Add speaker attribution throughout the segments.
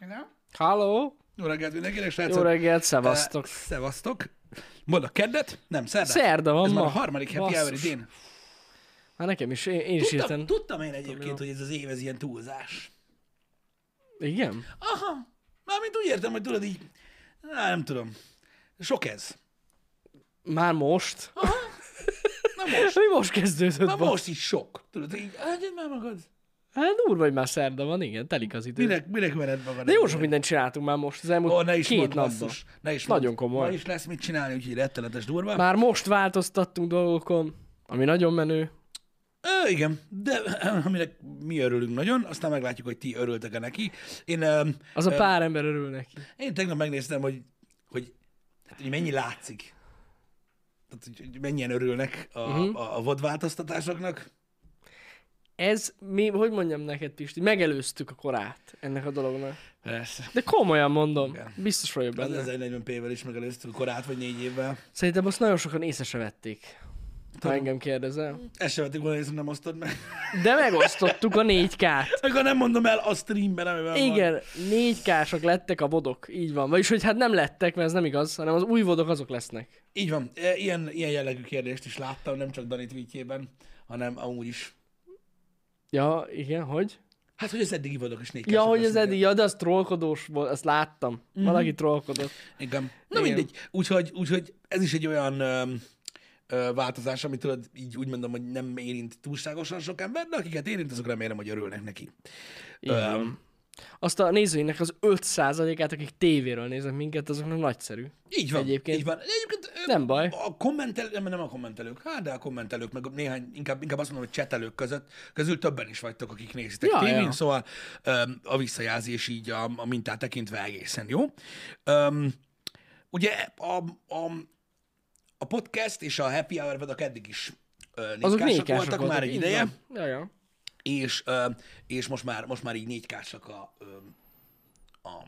Speaker 1: Igen?
Speaker 2: Halló!
Speaker 1: Jó reggelt mindenkinek, srácok!
Speaker 2: Jó reggelt, szevasztok!
Speaker 1: Szevasztok! Szevasztok! Ma a keddet? Nem, szerdát.
Speaker 2: Szerda van
Speaker 1: Ez
Speaker 2: ma.
Speaker 1: már a harmadik happy hour
Speaker 2: Basszus.
Speaker 1: idén.
Speaker 2: Már Hát nekem is, én, én is
Speaker 1: Tudtam,
Speaker 2: írtam.
Speaker 1: tudtam én egyébként, hogy ez az év, ez ilyen túlzás.
Speaker 2: Igen?
Speaker 1: Aha, mármint úgy értem, hogy tudod így, á, nem tudom. Sok ez.
Speaker 2: Már most?
Speaker 1: Na most,
Speaker 2: Mi most kezdődött?
Speaker 1: na
Speaker 2: Na most.
Speaker 1: most is sok. Tudod, így, hagyjad már magad.
Speaker 2: Hát durva, hogy már szerda van, igen, telik az idő.
Speaker 1: Minek, minek vered magad?
Speaker 2: De jó sok mindent csináltunk már most az elmúlt
Speaker 1: Ó, ne is
Speaker 2: két
Speaker 1: mondd,
Speaker 2: napban.
Speaker 1: basszus. Ne is
Speaker 2: Nagyon
Speaker 1: mondd.
Speaker 2: komoly.
Speaker 1: Ma is lesz mit csinálni, úgyhogy rettenetes durva.
Speaker 2: Már most változtattunk dolgokon, ami nagyon menő.
Speaker 1: Ö, igen, de aminek mi örülünk nagyon, aztán meglátjuk, hogy ti örültek-e neki. Én, öm,
Speaker 2: Az a
Speaker 1: öm,
Speaker 2: pár ember örül neki.
Speaker 1: én tegnap megnéztem, hogy, hogy, hát, hogy mennyi látszik. Tehát, hogy, hogy mennyien örülnek a,
Speaker 2: Mhm.
Speaker 1: uh-huh. a, a vadváltoztatásoknak.
Speaker 2: Ez, mi, hogy mondjam neked, Pisti, megelőztük a korát ennek a dolognak.
Speaker 1: Persze.
Speaker 2: De komolyan mondom,
Speaker 1: Igen.
Speaker 2: biztos vagyok
Speaker 1: Az
Speaker 2: benne.
Speaker 1: 1040 p-vel is megelőztük korát, vagy négy évvel.
Speaker 2: Szerintem azt nagyon sokan észre se vették. Ha
Speaker 1: Tudom.
Speaker 2: engem kérdezel.
Speaker 1: Ezt sem vettük volna, észre, nem osztod meg.
Speaker 2: De megosztottuk a 4K-t.
Speaker 1: Akkor nem mondom el a streamben, amiben van.
Speaker 2: Igen, 4K-sak lettek a vodok, így van. Vagyis, hogy hát nem lettek, mert ez nem igaz, hanem az új vodok azok lesznek.
Speaker 1: Így van. E, Ilyen, ilyen jellegű kérdést is láttam, nem csak Dani tweetjében, hanem amúgy is.
Speaker 2: Ja, igen, hogy?
Speaker 1: Hát, hogy az eddigi vadok is négy
Speaker 2: Ja, hogy
Speaker 1: lesznek. Mhm.
Speaker 2: ez eddig, ja, de az trollkodós volt, azt láttam. Valaki trollkodott.
Speaker 1: Igen. Na
Speaker 2: Igen.
Speaker 1: mindegy. Úgyhogy, úgyhogy ez is egy olyan ö, ö, változás, amit tudod, így úgy mondom, hogy nem érint túlságosan sok ember, de akiket érint, azok remélem, hogy örülnek neki.
Speaker 2: Igen. Azt a nézőinek az 5%-át, akik tévéről néznek minket, azoknak nagyszerű.
Speaker 1: Így van.
Speaker 2: Egyébként-
Speaker 1: Így van. Egyébként ö,
Speaker 2: Nem baj.
Speaker 1: A kommentelők, nem, nem a kommentelők, hát de a kommentelők, meg néhány, inkább, inkább azt mondom, hogy csetelők között, közül többen is vagytok, akik nézitek
Speaker 2: Ja,
Speaker 1: ja, tévén,
Speaker 2: ja.
Speaker 1: szóval öm, a visszajelzés így a, a mintát tekintve egészen jó. Öm, ugye a, a, a podcast és a happy hour vedek eddig is ö,
Speaker 2: Azok
Speaker 1: négykások
Speaker 2: 4 k
Speaker 1: voltak már egy ideje,
Speaker 2: Ja, ja.
Speaker 1: és, ö, és most, már, most már így négykásak a, ö, a,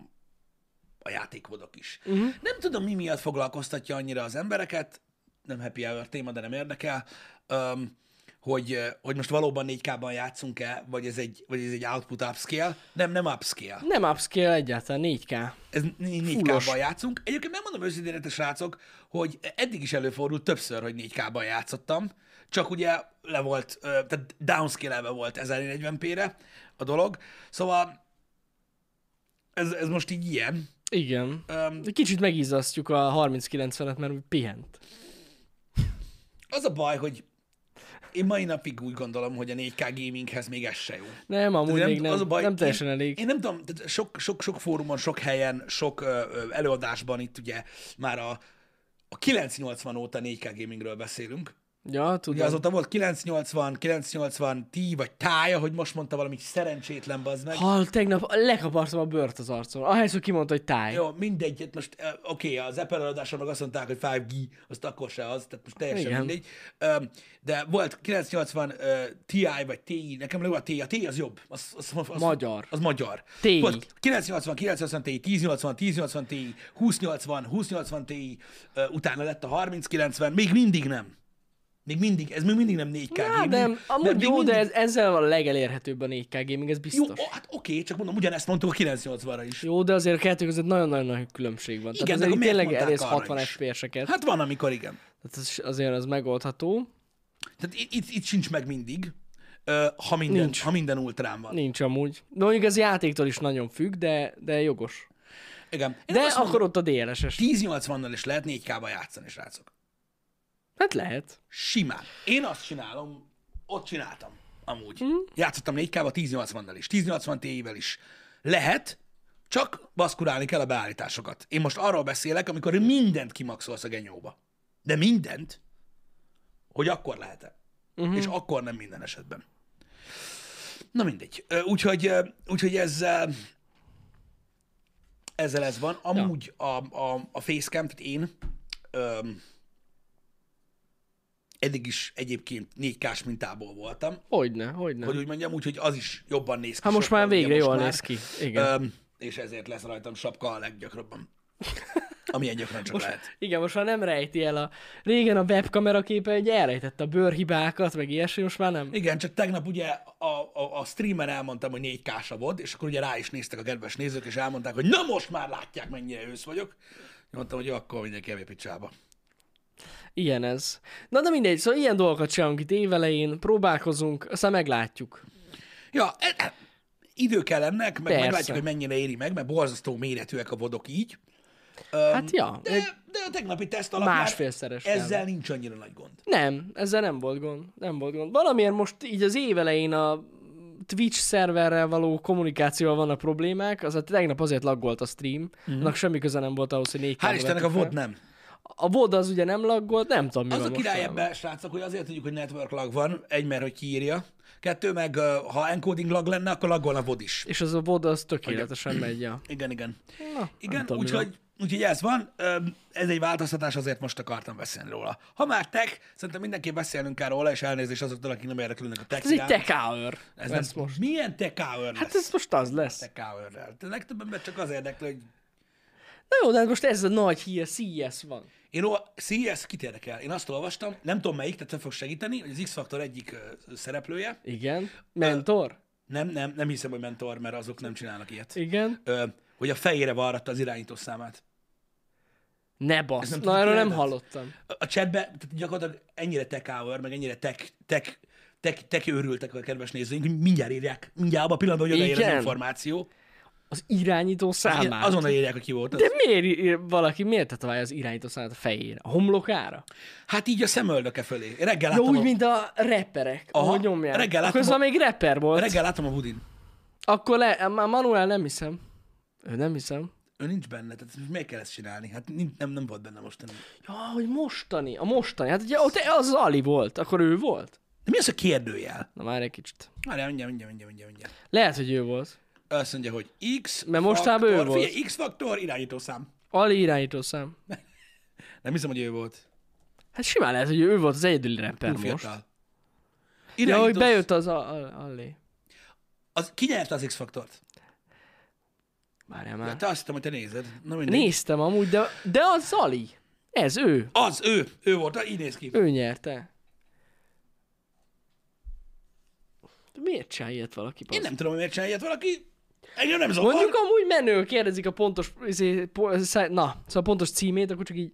Speaker 1: a játékvodok is. Uh-huh. Nem tudom, mi miatt foglalkoztatja annyira az embereket, nem happy hour téma, de nem érdekel, ö, hogy, ö, hogy most valóban 4K-ban játszunk-e, vagy ez egy, vagy ez egy output upscale. Nem, nem upscale
Speaker 2: Nem upscale egyáltalán, 4K.
Speaker 1: ez n- n-
Speaker 2: Fullos.
Speaker 1: 4K-ban játszunk. Egyébként megmondom őszintén, nektek, srácok, hogy eddig is előfordult többször, hogy 4K-ban játszottam, csak ugye le volt, ö, tehát downscale-elve volt 1040p-re a dolog, szóval ez, ez most így ilyen.
Speaker 2: Igen.
Speaker 1: Öm,
Speaker 2: De Kicsit megizzasztjuk a 3090-et, mert úgy pihent.
Speaker 1: Az a baj, hogy én mai napig úgy gondolom, hogy a 4K gaminghez még ez se jó.
Speaker 2: Nem, amúgy
Speaker 1: Tehát
Speaker 2: még nem, nem teljesen
Speaker 1: én,
Speaker 2: elég.
Speaker 1: Én nem tudom, tehát sok, sok, sok fórumon, sok helyen, sok ö, ö, előadásban itt ugye már a, a 980 óta 4K gamingről beszélünk.
Speaker 2: Ja,
Speaker 1: Ugye
Speaker 2: tudom.
Speaker 1: azóta volt 980, 980 ti vagy tája, hogy most mondta valami szerencsétlen bazd meg.
Speaker 2: Hal, tegnap lekapartam a bőrt az arcomra. Ahelyett, hogy kimondta, hogy táj.
Speaker 1: Jó, mindegy, hát most ö, oké, az Apple eladáson meg azt mondták, hogy 5G, azt akkor se az, tehát most teljesen
Speaker 2: Igen.
Speaker 1: Igen. mindegy. Ö, De volt 980 ö, Ti vagy Ti, nekem legjobb a Ti, a Ti az jobb. Az, az, az,
Speaker 2: Magyar.
Speaker 1: Az magyar.
Speaker 2: Ti.
Speaker 1: Volt 980, 980 Ti, 1080, 1080 Ti, 2080, 2080 Ti, ö, utána lett a 3090, még mindig nem. Még mindig, ez még mindig nem 4K.
Speaker 2: Á,
Speaker 1: gaming,
Speaker 2: nem, amúgy
Speaker 1: még
Speaker 2: jó,
Speaker 1: mindig-
Speaker 2: de ez, ezzel van a legelérhetőbb a 4K gaming, ez biztos.
Speaker 1: Jó,
Speaker 2: Jó,
Speaker 1: ó, hát oké, csak mondom, ugyanezt mondtuk a 980-ra is.
Speaker 2: de azért a kettő között nagyon-nagyon nagy különbség van.
Speaker 1: Igen,
Speaker 2: Tehát
Speaker 1: de
Speaker 2: azért
Speaker 1: akkor
Speaker 2: itt
Speaker 1: miért
Speaker 2: tényleg
Speaker 1: mondták
Speaker 2: elérsz
Speaker 1: arra
Speaker 2: 60
Speaker 1: is?
Speaker 2: FPS-eket.
Speaker 1: Hát van, amikor igen.
Speaker 2: Tehát ez, azért az megoldható.
Speaker 1: Tehát i- itt, itt sincs meg mindig, ö, ha minden,
Speaker 2: Nincs.
Speaker 1: ha minden ultrán van.
Speaker 2: Nincs amúgy. De mondjuk ez játéktól is nagyon függ, de, de jogos.
Speaker 1: Igen. Én
Speaker 2: De
Speaker 1: azt
Speaker 2: akkor
Speaker 1: mondom,
Speaker 2: ott a DLSS.
Speaker 1: 1080-nal is lehet 4K-ba játszani, srácok.
Speaker 2: Hát lehet.
Speaker 1: Simán. Én azt csinálom, ott csináltam, amúgy. Játszottam 4K-ba 1080-nal is, 1080 Ti-vel is. Lehet, csak baszkurálni kell a beállításokat. Én most arról beszélek, amikor mindent kimaxolsz a genyóba. De mindent, hogy akkor lehet-e. Uh-huh. És akkor nem minden esetben. Na mindegy. Ö, Úgyhogy, ö, úgyhogy ezzel, ezzel ez van. Amúgy a, a, a facecam, tehát én öm, eddig is egyébként 4K-s mintából voltam,
Speaker 2: Hogyne, hogyne.
Speaker 1: hogy úgy mondjam, úgyhogy az is jobban néz ki.
Speaker 2: Hát most
Speaker 1: sokkal,
Speaker 2: már
Speaker 1: ugye
Speaker 2: végre jól
Speaker 1: már.
Speaker 2: néz ki. Igen.
Speaker 1: Öm, és ezért lesz rajtam sapka a leggyakrabban. amilyen gyakran csak lehet.
Speaker 2: Igen, most már nem rejti el a... Régen a webkamera képe egy elrejtette a bőrhibákat, meg ilyesmi, most már nem.
Speaker 1: Igen, csak tegnap ugye a, a, a streamen elmondtam, hogy 4 k volt, és akkor ugye rá is néztek a kedves nézők, és elmondták, hogy na most már látják, mennyire ősz vagyok. Mondtam, hogy jó, akkor mindenki elvé picsába.
Speaker 2: Ilyen ez. Na de mindegy, szóval ilyen dolgokat csinálunk itt évelején, próbálkozunk, aztán meglátjuk.
Speaker 1: Ja, e- e- idő kell ennek, meg
Speaker 2: Persze.
Speaker 1: meglátjuk, hogy mennyire éri meg, mert borzasztó méretűek a vodok így.
Speaker 2: Hát ja,
Speaker 1: De,
Speaker 2: egy-
Speaker 1: de a tegnapi teszt alapján
Speaker 2: Másfélszeres
Speaker 1: ezzel
Speaker 2: felvett.
Speaker 1: nincs annyira nagy gond.
Speaker 2: Nem, ezzel nem volt gond. Nem volt gond. Valamiért most így az évelején a Twitch szerverrel való kommunikációval vannak problémák, az a tegnap azért laggolt a stream, mm-hmm. annak semmi köze nem volt ahhoz, hogy négy
Speaker 1: Mhm. Hál' Istennek a VOD nem.
Speaker 2: A VOD az ugye nem laggolt, nem tudom mi
Speaker 1: Az
Speaker 2: van
Speaker 1: a
Speaker 2: most
Speaker 1: király
Speaker 2: vele.
Speaker 1: ebben, srácok, hogy azért tudjuk, hogy network lag van, egy, mert hogy kiírja, kettő, meg ö, ha encoding lag lenne, akkor laggolna a VOD is.
Speaker 2: És az a VOD az tökéletesen megy, ja.
Speaker 1: Igen, igen.
Speaker 2: Na, nem
Speaker 1: Igen,
Speaker 2: tudom, mi
Speaker 1: úgyhogy, úgyhogy ez van. Öm, Ez egy változtatás, azért most akartam beszélni róla. Ha már tech, szerintem mindenképp beszélnünk kell róla, és elnézést azoktól, akik nem érdeklődnek a tech
Speaker 2: Ez egy
Speaker 1: iránt.
Speaker 2: tech hour.
Speaker 1: Ez
Speaker 2: Ez lesz
Speaker 1: nem,
Speaker 2: most.
Speaker 1: Milyen tech hour
Speaker 2: Hát
Speaker 1: lesz
Speaker 2: ez most az lesz.
Speaker 1: tech hour-rel? A legtöbb ember csak az érdekli, hogy
Speaker 2: Na jó, de hát most ez a nagy hír, CES van.
Speaker 1: én ó, CS kit érdekel. Én azt olvastam, nem tudom melyik, tehát te fog segíteni, hogy az X-Factor egyik ö, szereplője,
Speaker 2: Igen. Mentor?
Speaker 1: nem, nem, nem hiszem, hogy mentor, mert azok nem csinálnak ilyet,
Speaker 2: Igen.
Speaker 1: Ö, hogy a fejére varratta az irányító számát.
Speaker 2: Ne basz.
Speaker 1: nem
Speaker 2: Na,
Speaker 1: tudod,
Speaker 2: erről
Speaker 1: ki
Speaker 2: nem
Speaker 1: lehetett?
Speaker 2: hallottam.
Speaker 1: A- A chatbe tehát gyakorlatilag ennyire tech hour, meg ennyire tech, tech, tech, tech őrültek a kedves nézőink, hogy mindjárt írják, mindjárt abban a pillanatban, hogy odaér az
Speaker 2: Igen.
Speaker 1: információ.
Speaker 2: Az irányító
Speaker 1: Igen,
Speaker 2: számát.
Speaker 1: azonnal írják, aki volt. Az.
Speaker 2: De miért ír- valaki, miért tetoválja az irányító számát a fejére? A homlokára?
Speaker 1: Hát így a szemöldöke fölé. Én Reggel
Speaker 2: Jó,
Speaker 1: láttam,
Speaker 2: úgy,
Speaker 1: a,
Speaker 2: mint a reperek,
Speaker 1: Aha,
Speaker 2: ahogy nyomják.
Speaker 1: reggel
Speaker 2: Reggel
Speaker 1: láttam
Speaker 2: Közben
Speaker 1: a-
Speaker 2: még reper volt. Reggel...
Speaker 1: reggel láttam a budin.
Speaker 2: Akkor le, már Manuel nem hiszem. Ő nem hiszem.
Speaker 1: Ő nincs benne, tehát most miért kell ezt csinálni? Hát nin- nem, nem volt benne most. Nem.
Speaker 2: Ja, hogy mostani, a mostani. Hát ugye ott az Ali volt, akkor ő volt.
Speaker 1: De mi az a kérdőjel?
Speaker 2: Na már egy kicsit.
Speaker 1: Várjál, mindjárt, mindjárt, mindjárt, mindjárt, mindjárt.
Speaker 2: Lehet, hogy ő volt.
Speaker 1: Azt mondja, hogy X
Speaker 2: Mert mostában ő
Speaker 1: faktor-
Speaker 2: volt.
Speaker 1: Figyelj, X-faktor irányítószám.
Speaker 2: Ali irányítószám.
Speaker 1: Nem hiszem, hogy ő volt.
Speaker 2: Hát simán lehet, hogy ő volt az egyedüli rapper
Speaker 1: Túl
Speaker 2: most.
Speaker 1: fiatal.
Speaker 2: Ja, hogy
Speaker 1: Irányító-
Speaker 2: bejött az a, a, Ali.
Speaker 1: Az, ki nyerte az X-faktort?
Speaker 2: Várjál már.
Speaker 1: Hát te azt hittem, hogy te nézed. Na mindegy.
Speaker 2: Néztem amúgy, de, de az Ali. Ez ő.
Speaker 1: Az, ő, ő volt, így néz ki.
Speaker 2: Ő nyerte. De miért csinál ilyet valaki?
Speaker 1: Én
Speaker 2: bazd?
Speaker 1: nem tudom, hogy miért csinál ilyet valaki. Engem nem zavar.
Speaker 2: Mondjuk amúgy menő, kérdezik a pontos, izé, po, szá, na, szóval a pontos címét, akkor csak így,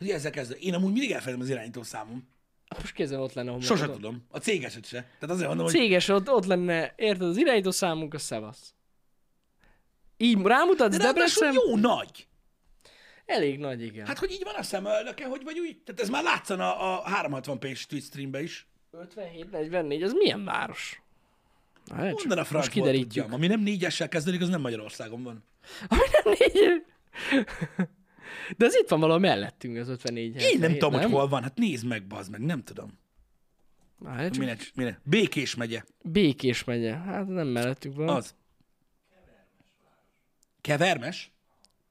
Speaker 1: Ugye ezzel kezdve. Én amúgy mindig elfelejtem az irányító számom.
Speaker 2: hát most kézzel ott lenne a homlokod.
Speaker 1: Sose tudom. A cégeset se. Tehát azért mondom, hogy
Speaker 2: Céges, ott, ott lenne, érted, az irányító számunk, a szevasz. Így rámutatsz
Speaker 1: de ráadásul
Speaker 2: Debrecen?
Speaker 1: jó nagy.
Speaker 2: Elég nagy, igen. Hát,
Speaker 1: Hát, hogy így van a szemöldöke, hogy vagy úgy. Tehát ez már látszana a 360p-s Twitch streambe is.
Speaker 2: 57-44, az milyen város? Na, hát,
Speaker 1: Mondan a franc
Speaker 2: most kiderítjük.
Speaker 1: Ami nem négyessel kezdődik, az nem Magyarországon van.
Speaker 2: Ami nem négy... De az itt van valahol mellettünk, az 54
Speaker 1: Én nem tudom, hogy hol van. Hát nézd meg, bazd meg. Nem tudom.
Speaker 2: Na, hát csak
Speaker 1: Minek, minek. Békés megye.
Speaker 2: Békés megye. Hát nem mellettük van.
Speaker 1: Az. Kevermes?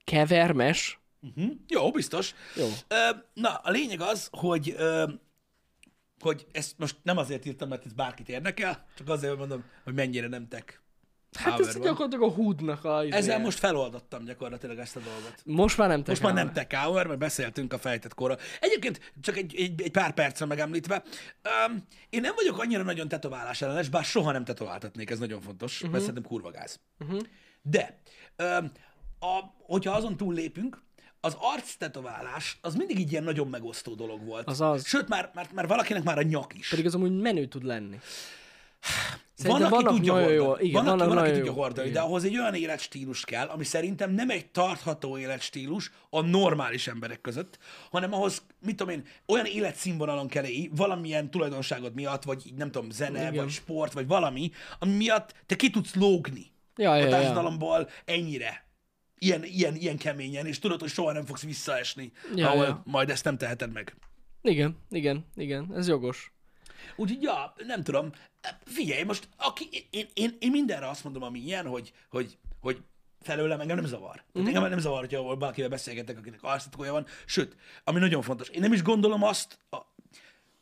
Speaker 2: Kevermes.
Speaker 1: Hm? Jó, biztos.
Speaker 2: Jó.
Speaker 1: Ö, na, a lényeg az, hogy ö, hogy ezt most nem azért írtam, mert ez bárkit érdekel, csak azért mondom, hogy mennyire nem tek.
Speaker 2: Hát ez gyakorlatilag a húdnak a... izéje.
Speaker 1: Ezzel most feloldottam gyakorlatilag ezt a dolgot.
Speaker 2: Most már nem
Speaker 1: Most már nem tech hour, mert beszéltünk a fejtett korra. Egyébként, csak egy, egy, egy pár percre megemlítve, um, én nem vagyok annyira nagyon tetoválás ellenes, bár soha nem tetováltatnék, ez nagyon fontos, uh-huh. mert szerintem kurva gáz. Uh-huh. De, um, a, hogyha azon túllépünk, az arc tetoválás, az mindig így ilyen nagyon megosztó dolog volt.
Speaker 2: Az az.
Speaker 1: Sőt, már, már, már valakinek már a nyak is.
Speaker 2: Pedig az amúgy menő tud lenni.
Speaker 1: Van,
Speaker 2: Szerintem
Speaker 1: aki
Speaker 2: vannak
Speaker 1: tudja
Speaker 2: nagyon
Speaker 1: hordani.
Speaker 2: jó- igen,
Speaker 1: van, aki,
Speaker 2: vannak
Speaker 1: van, aki
Speaker 2: nagyon
Speaker 1: tudja
Speaker 2: jó-
Speaker 1: hordani, de
Speaker 2: igen.
Speaker 1: ahhoz egy olyan életstílus kell, ami szerintem nem egy tartható életstílus a normális emberek között, hanem ahhoz, mit tudom én, olyan életszínvonalon kell élni, valamilyen tulajdonságod miatt, vagy így nem tudom, zene, igen. vagy sport, vagy valami, ami miatt te ki tudsz lógni
Speaker 2: Ja,
Speaker 1: a
Speaker 2: ja, ja.
Speaker 1: társadalomból ennyire. Ilyen, ilyen, ilyen keményen, és tudod, hogy soha nem fogsz visszaesni, ja,
Speaker 2: Ja,
Speaker 1: ahol ja.
Speaker 2: ja.
Speaker 1: majd ezt nem teheted meg.
Speaker 2: Igen, igen, igen. Ez jogos.
Speaker 1: Úgyhogy, ja, nem tudom. Figyelj, most aki, én, én, én mindenre azt mondom, ami ilyen, hogy, hogy, hogy felőlem engem nem zavar. Tehát mm. engem már nem zavar, hogyha ahol valakivel beszélgetek, akinek arctatója van. Sőt, ami nagyon fontos, én nem is gondolom azt, a...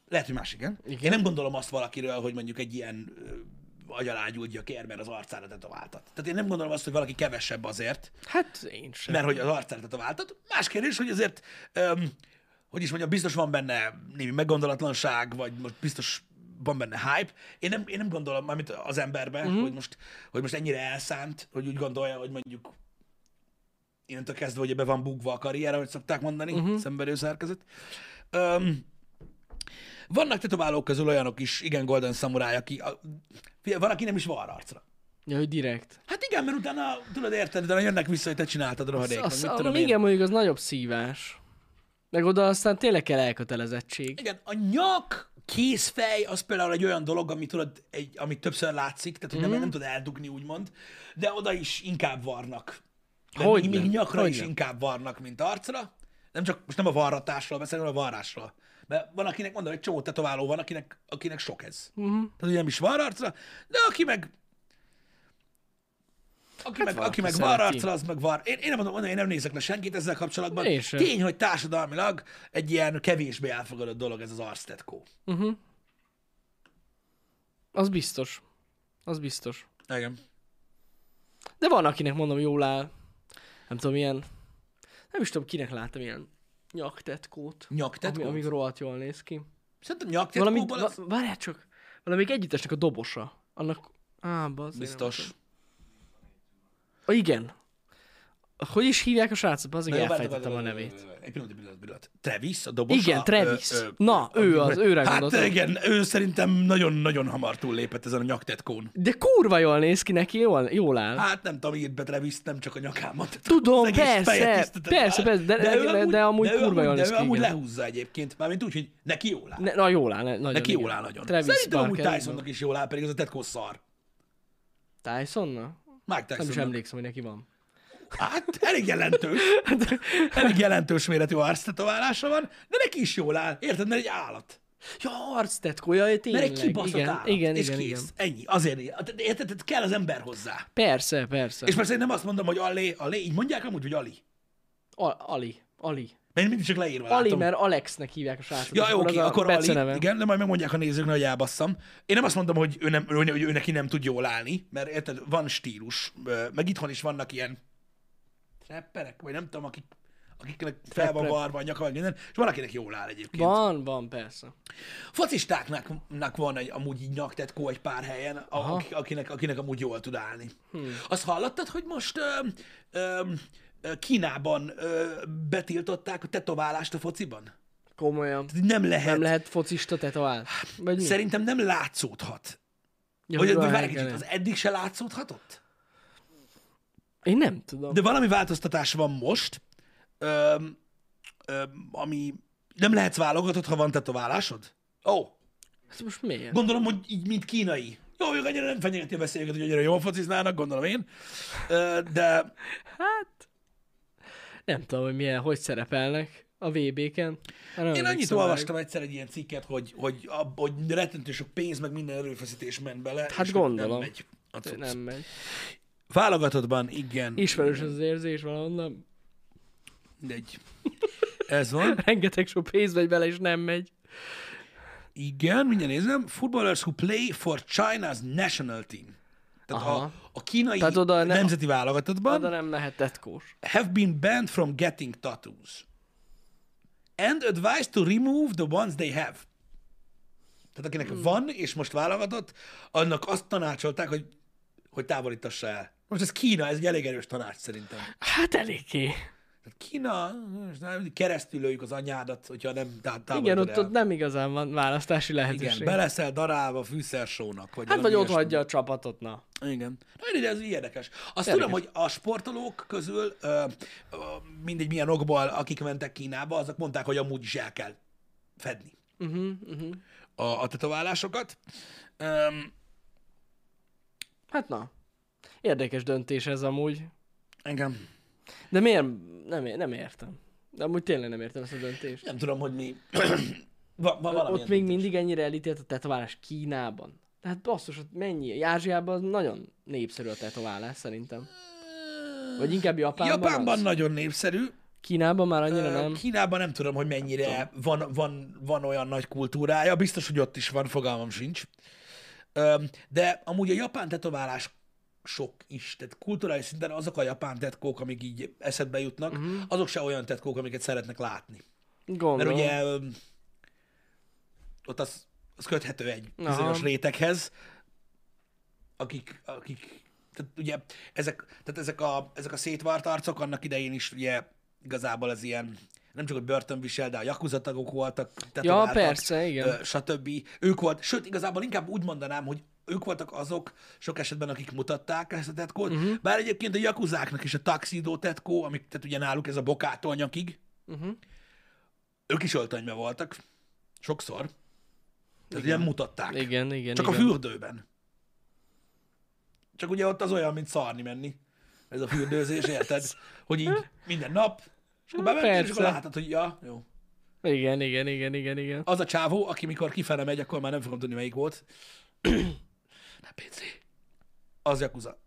Speaker 1: lehet, hogy más igen. igen. Én nem gondolom azt valakiről, hogy mondjuk egy ilyen ö, agyalágyúgy a kér, mert az arcára tetováltat. Tehát én nem gondolom azt, hogy valaki kevesebb azért,
Speaker 2: Hát én sem.
Speaker 1: mert hogy az arcára tetováltat. Más kérdés, hogy azért, öm, hogy is mondjam, biztos van benne némi meggondolatlanság, vagy most biztos van benne hype. Én nem, én nem gondolom, mármint az emberben, mm-hmm. hogy, most, hogy most ennyire elszánt, hogy úgy gondolja, hogy mondjuk innentől kezdve, hogy ebbe van bugva a karrier, ahogy szokták mondani, uh-huh. szemberő szerkezet. Um, vannak tetoválók közül olyanok is, igen, Golden Samurai, aki, a, figyelj, van, aki nem is var arcra.
Speaker 2: Ja, hogy direkt.
Speaker 1: Hát igen, mert utána, tudod, érted, utána jönnek vissza, hogy te csináltad
Speaker 2: Azt,
Speaker 1: rohadék. meg
Speaker 2: azt,
Speaker 1: mit
Speaker 2: arra
Speaker 1: tudom én.
Speaker 2: igen, mondjuk az nagyobb szívás. Meg oda aztán tényleg kell elkötelezettség.
Speaker 1: Igen, a nyak, kézfej, az például egy olyan dolog, amit tudod, egy, amit többször látszik, tehát
Speaker 2: Mhm.
Speaker 1: hogy nem, nem tudod eldugni, úgymond, de oda is inkább varnak. De
Speaker 2: Hogyne,
Speaker 1: még, még nyakra is
Speaker 2: hogyne.
Speaker 1: inkább varnak, mint arcra. Nem csak, most nem a varratásról beszélek, hanem a varrásról. Mert van, akinek, mondom, egy csó tetováló van, akinek, akinek sok ez.
Speaker 2: Mhm.
Speaker 1: Uh-huh. Tehát, hogy nem is var arcra, de aki meg aki hát meg,
Speaker 2: van,
Speaker 1: aki meg
Speaker 2: szereti.
Speaker 1: var arcra, az meg var. Én, én nem mondom, mondom, én nem nézek le senkit ezzel kapcsolatban.
Speaker 2: Én sem.
Speaker 1: Tény, hogy társadalmilag egy ilyen kevésbé elfogadott dolog ez az arctetkó.
Speaker 2: Az biztos. Az biztos.
Speaker 1: Igen.
Speaker 2: De van, akinek mondom, jól áll. Nem tudom, ilyen... Nem is tudom, kinek láttam ilyen nyaktetkót.
Speaker 1: Nyaktetkót?
Speaker 2: Ami, amíg rohadt jól néz ki.
Speaker 1: Szerintem
Speaker 2: Valami,
Speaker 1: nyaktetkóból
Speaker 2: va,
Speaker 1: az
Speaker 2: várjál csak, valamelyik együttesnek a dobosa. Annak, á, bazd, én nem
Speaker 1: biztos.
Speaker 2: tudom. Ó, igen. Hogy is hívják a srácot? Az
Speaker 1: Na,
Speaker 2: igen,
Speaker 1: jó, várj,
Speaker 2: elfejtettem a
Speaker 1: várj, várj,
Speaker 2: nevét.
Speaker 1: várj, várj. Egy pillanat, egy pillanat, egy pillanat. Travis, a dobos.
Speaker 2: Igen, Travis. Na, ő az, őre
Speaker 1: hát
Speaker 2: gondoltam.
Speaker 1: igen, ő szerintem nagyon-nagyon hamar túllépett ezen a nyaktetkón.
Speaker 2: De kurva jól néz ki neki, jól, jól áll.
Speaker 1: Hát nem tudom, írt be Travis, nem csak a nyakámat.
Speaker 2: Tudom,
Speaker 1: Az egész
Speaker 2: persze,
Speaker 1: fejet tisztítettem
Speaker 2: persze,
Speaker 1: el.
Speaker 2: persze, de-
Speaker 1: ő
Speaker 2: de- de amúgy
Speaker 1: de ő
Speaker 2: kurva jól
Speaker 1: amúgy,
Speaker 2: néz
Speaker 1: De
Speaker 2: ki,
Speaker 1: ő amúgy
Speaker 2: igen.
Speaker 1: lehúzza egyébként, mármint úgy, hogy neki jól áll.
Speaker 2: Ne, na, jól áll, ne- nagyon.
Speaker 1: neki
Speaker 2: igen.
Speaker 1: jól áll nagyon.
Speaker 2: Travis
Speaker 1: Szerintem amúgy
Speaker 2: Barker,
Speaker 1: Tysonnak is jól áll, pedig az a tetkó szar.
Speaker 2: Tysonnak?
Speaker 1: Mike
Speaker 2: Nem is
Speaker 1: Tysonnak.
Speaker 2: emlékszem, hogy neki van.
Speaker 1: Hát elég jelentős. Elég jelentős méretű arctetoválása van, de neki is jól áll. Érted, mert egy állat.
Speaker 2: Ja, arctetkója,
Speaker 1: Mert
Speaker 2: tényleg.
Speaker 1: egy kibaszott
Speaker 2: igen,
Speaker 1: állat.
Speaker 2: igen,
Speaker 1: és
Speaker 2: igen,
Speaker 1: kész.
Speaker 2: igen.
Speaker 1: Ennyi. Azért. Tehát Érted, tehát kell az ember hozzá.
Speaker 2: Persze, persze.
Speaker 1: És
Speaker 2: És...
Speaker 1: persze én nem azt mondom, hogy Allé, Allé, így mondják amúgy, hogy Ali.
Speaker 2: Ali, Ali.
Speaker 1: Mert mindig csak leírva
Speaker 2: Ali,
Speaker 1: látom.
Speaker 2: mert Alexnek hívják a srácot.
Speaker 1: Ja,
Speaker 2: és
Speaker 1: jó, oké,
Speaker 2: az a
Speaker 1: akkor
Speaker 2: Bece
Speaker 1: Ali,
Speaker 2: neve.
Speaker 1: igen, de majd megmondják a nézőknek, hogy elbasszam. Én nem azt mondom, hogy ő, nem, ő, hogy ő neki nem tud jól állni, mert érted, van stílus, ö, meg itthon is vannak ilyen trapperek, vagy nem tudom, akik, akiknek fel van
Speaker 2: Trapperek.
Speaker 1: varva a nyaka, vagy minden, és van, akinek jól áll egyébként.
Speaker 2: Van, van, persze.
Speaker 1: Focistáknak nak van egy, amúgy így nyaktetkó egy pár helyen, a- akik, akinek, akinek amúgy jól tud állni. Hmm. Azt hallottad, hogy most ö, ö, ö, Kínában ö, betiltották a tetoválást a fociban?
Speaker 2: Komolyan.
Speaker 1: Nem lehet.
Speaker 2: Nem lehet focista tetovál. Vagy mi?
Speaker 1: Szerintem nem látszódhat.
Speaker 2: Ja,
Speaker 1: Vagy, vagy
Speaker 2: várj,
Speaker 1: várj egy kicsit,
Speaker 2: igen.
Speaker 1: az eddig se látszódhatott?
Speaker 2: Én nem tudom.
Speaker 1: De valami változtatás van most, öm, öm, ami nem lehetsz válogatott, ha van tetoválásod? Ó, oh,
Speaker 2: Hát most miért?
Speaker 1: gondolom, hogy így, mint kínai. Jó, ők annyira nem fenyegeti a veszélyeket, hogy annyira jól fociznának, gondolom én. Ö, De
Speaker 2: Hát... Nem tudom, hogy milyen, hogy szerepelnek a VB-ken.
Speaker 1: én annyit olvastam egyszer egy ilyen cikket, hogy, hogy, ab- hogy rettentő sok pénz, meg minden erőfeszítés ment bele.
Speaker 2: Hát
Speaker 1: és hogy
Speaker 2: gondolom.
Speaker 1: Nem megy. a cucc.
Speaker 2: Nem megy.
Speaker 1: Válogatottban igen.
Speaker 2: Ismerős ez az érzés valahonnan.
Speaker 1: Mindegy. Ez van.
Speaker 2: Rengeteg sok pénz megy bele, és nem megy.
Speaker 1: Igen, mindjárt nézem. Footballers who play for China's national team. Tehát
Speaker 2: Aha.
Speaker 1: a, a kínai
Speaker 2: Tehát oda ne-
Speaker 1: nemzeti válogatottban
Speaker 2: Oda nem lehet tetkós.
Speaker 1: have been banned from getting tattoos. And advised to remove the ones they have. Tehát akinek hmm. van, és most válogatott, annak azt tanácsolták, hogy, hogy távolítassa el. Most ez Kína, ez egy elég erős tanács szerintem.
Speaker 2: Hát eléggé.
Speaker 1: Tehát Kína, keresztülőjük az anyádat, hogyha nem tá- távolítod
Speaker 2: Igen, ott,
Speaker 1: el.
Speaker 2: ott nem igazán van választási lehetőség.
Speaker 1: Igen, beleszel darálva fűszersónak. Vagy
Speaker 2: Hát vagy
Speaker 1: valami
Speaker 2: ott
Speaker 1: ilyesmi.
Speaker 2: hagyja a csapatot, na.
Speaker 1: Igen. Na, de ez érdekes. Azt érdekes. tudom, hogy a sportolók közül ö, ö, mindegy milyen okból, akik mentek Kínába, azok mondták, hogy amúgy is el kell fedni
Speaker 2: Mhm,
Speaker 1: uh-huh, uh-huh. A, a tetoválásokat. Öm,
Speaker 2: Hát na. Érdekes döntés ez amúgy.
Speaker 1: engem
Speaker 2: De miért? Nem, ér- nem értem. De amúgy tényleg nem értem ezt a döntést.
Speaker 1: nem tudom, hogy mi... Va, va,
Speaker 2: Ott
Speaker 1: valami
Speaker 2: még mindig ennyire elítélt a tetoválás Kínában. Tehát basszus, ott mennyi? Ázsiában az nagyon népszerű a tetoválás szerintem. Vagy inkább Japánban,
Speaker 1: Japánban
Speaker 2: az?
Speaker 1: nagyon népszerű.
Speaker 2: Kínában már annyira
Speaker 1: Ö,
Speaker 2: nem.
Speaker 1: Kínában nem tudom, hogy mennyire van, van, van olyan nagy kultúrája. Biztos, hogy ott is van, fogalmam sincs. Öm, De amúgy a japán tetoválás sok is, tehát kulturális szinten azok a japán tetkók, amik így eszedbe jutnak, azok se olyan tetkók, amiket szeretnek látni. Mert
Speaker 2: Gondolom.
Speaker 1: ugye öm, ott az, az köthető egy
Speaker 2: Aha.
Speaker 1: bizonyos réteghez, akik, akik tehát ugye ezek, tehát ezek, a, ezek a szétvárt arcok annak idején is ugye igazából ez ilyen, nem csak hogy börtönvisel, de a Yakuza tagok voltak, tetováltak,
Speaker 2: persze, igen.
Speaker 1: ö, stb. Ők volt, sőt, igazából inkább úgy mondanám, hogy ők voltak azok sok esetben, akik mutatták ezt a tetkót,
Speaker 2: Mhm.
Speaker 1: uh-huh. bár egyébként a jakuzáknak is a taxidó tetkó, amik, tehát ugye náluk ez a bokától nyakig,
Speaker 2: Mhm.
Speaker 1: ők is öltönyben voltak. Sokszor. Tehát ugye mutatták.
Speaker 2: Igen, igen,
Speaker 1: Csak
Speaker 2: igen.
Speaker 1: a fürdőben. Csak ugye ott az olyan, mint szarni menni. Ez a fürdőzés, érted? Hogy így minden nap, és akkor
Speaker 2: Hát
Speaker 1: bementél, és akkor
Speaker 2: persze.
Speaker 1: látod, hogy ja, jó.
Speaker 2: Igen, igen, igen, igen, igen.
Speaker 1: Az a csávó, aki mikor kifele megy, akkor már nem fogom tudni, melyik volt. nem PC. Az Yakuza.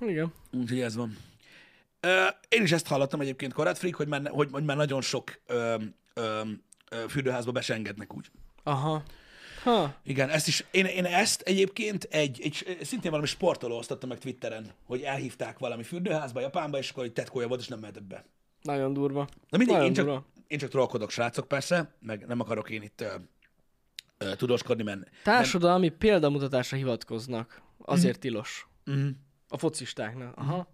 Speaker 2: Igen.
Speaker 1: Úgyhogy ez van. Ö, én is ezt hallottam egyébként Korát Freak, hogy már, hogy, hogy már nagyon sok ö, ö, ö, fürdőházba besengednek úgy.
Speaker 2: Aha. Ha.
Speaker 1: Igen, ezt is, én, én ezt egyébként egy, egy, szintén valami sportoló osztotta meg Twitteren, hogy elhívták valami fürdőházba, Japánba, és akkor egy tetkója volt, és nem mehetett be.
Speaker 2: Nagyon durva.
Speaker 1: Na mindig,
Speaker 2: Nagyon
Speaker 1: én csak,
Speaker 2: durva.
Speaker 1: én csak trollkodok, srácok, persze, meg nem akarok én itt ö, ö, tudóskodni, mert
Speaker 2: Társadalmi nem. példamutatásra hivatkoznak. Azért
Speaker 1: Mhm.
Speaker 2: tilos. A focistáknak. Aha.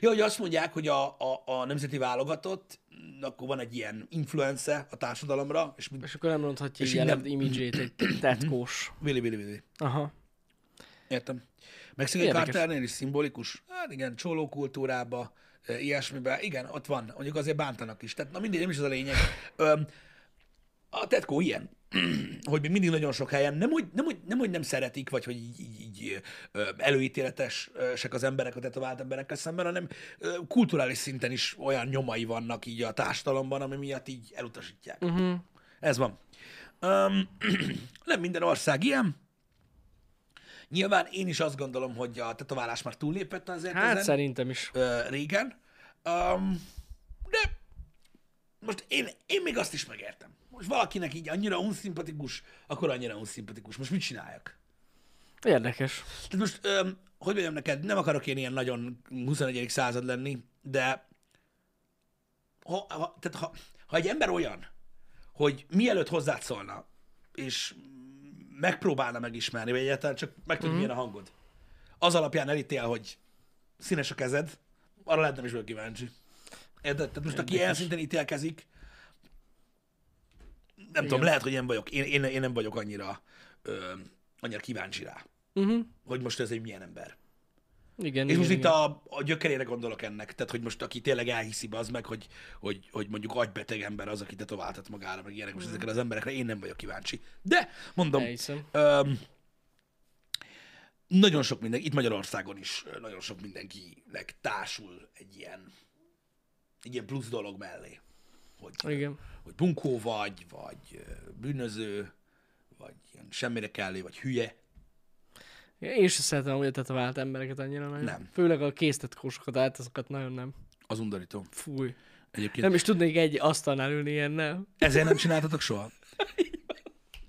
Speaker 1: Jó, hogy azt mondják, hogy a, a, a nemzeti válogatott, mm, akkor van egy ilyen influence a társadalomra, és mind...
Speaker 2: És akkor nem ronthatja
Speaker 1: És
Speaker 2: így
Speaker 1: innen-
Speaker 2: el imidzsét egy tetkós.
Speaker 1: Vili, vili, vili.
Speaker 2: Aha.
Speaker 1: Értem. Mexikai
Speaker 2: Érdekes.
Speaker 1: Carternél is szimbolikus. Hát igen, csóló kultúrába, e, ilyesmibe. Igen, ott van. Mondjuk azért bántanak is. Tehát na mindig nem is az a lényeg. Öm, a tetkó ilyen, hogy még mindig nagyon sok helyen nem hogy, nem, hogy, nem, hogy nem szeretik, vagy hogy így, így, így ö, előítéletesek az emberek a tetovált emberekkel szemben, hanem ö, kulturális szinten is olyan nyomai vannak így a társadalomban, ami miatt így elutasítják. Uh-huh. Ez van. Öm, nem minden ország ilyen. Nyilván én is azt gondolom, hogy a tetoválás már túllépett azért
Speaker 2: Hát
Speaker 1: ezen
Speaker 2: szerintem is.
Speaker 1: ö, régen. Um, de most én, én még azt is megértem. Most valakinek így annyira unszimpatikus, akkor annyira unszimpatikus. Most mit csináljak?
Speaker 2: Érdekes.
Speaker 1: Tehát most, öm, hogy mondjam neked, nem akarok én ilyen nagyon 21. század lenni, de ha, ha, tehát ha, ha egy ember olyan, hogy mielőtt hozzád szólna, és megpróbálna megismerni, vagy egyáltalán csak megtudni, mm. milyen a hangod, az alapján elítél, hogy színes a kezed, arra lehet nem is vagyok kíváncsi. Érted? Tehát most aki ilyen szinten ítélkezik, nem Igen. tudom, lehet, hogy én vagyok. Én, én, én nem vagyok annyira, ö, annyira kíváncsi rá
Speaker 2: Uh-huh.
Speaker 1: hogy most ez egy milyen ember.
Speaker 2: Igen, igen,
Speaker 1: És most
Speaker 2: igen.
Speaker 1: itt a, a gyökerére gondolok ennek, tehát hogy most aki tényleg elhiszi az meg, hogy, hogy, hogy mondjuk agybeteg ember az, aki tetováltat magára, meg ilyenek most ezekre az emberekre, én nem vagyok kíváncsi. De, mondom,
Speaker 2: Elhiszem.
Speaker 1: öm, nagyon sok mindenki, itt Magyarországon is ö, nagyon sok mindenkinek társul egy ilyen, egy ilyen plusz dolog mellé. Hogy, ö,
Speaker 2: Igen.
Speaker 1: hogy bunkó vagy, vagy ö, bűnöző, vagy ilyen semmire kellő, vagy hülye,
Speaker 2: Ja, Én sem szeretem úgy a tetovált embereket annyira nagyon.
Speaker 1: Nem.
Speaker 2: Főleg a késztetkósokat, hát azokat nagyon nem.
Speaker 1: az undorító.
Speaker 2: Fúj.
Speaker 1: Egyébként
Speaker 2: Nem is tudnék egy asztalnál ülni ilyennel.
Speaker 1: Ezért nem csináltatok soha.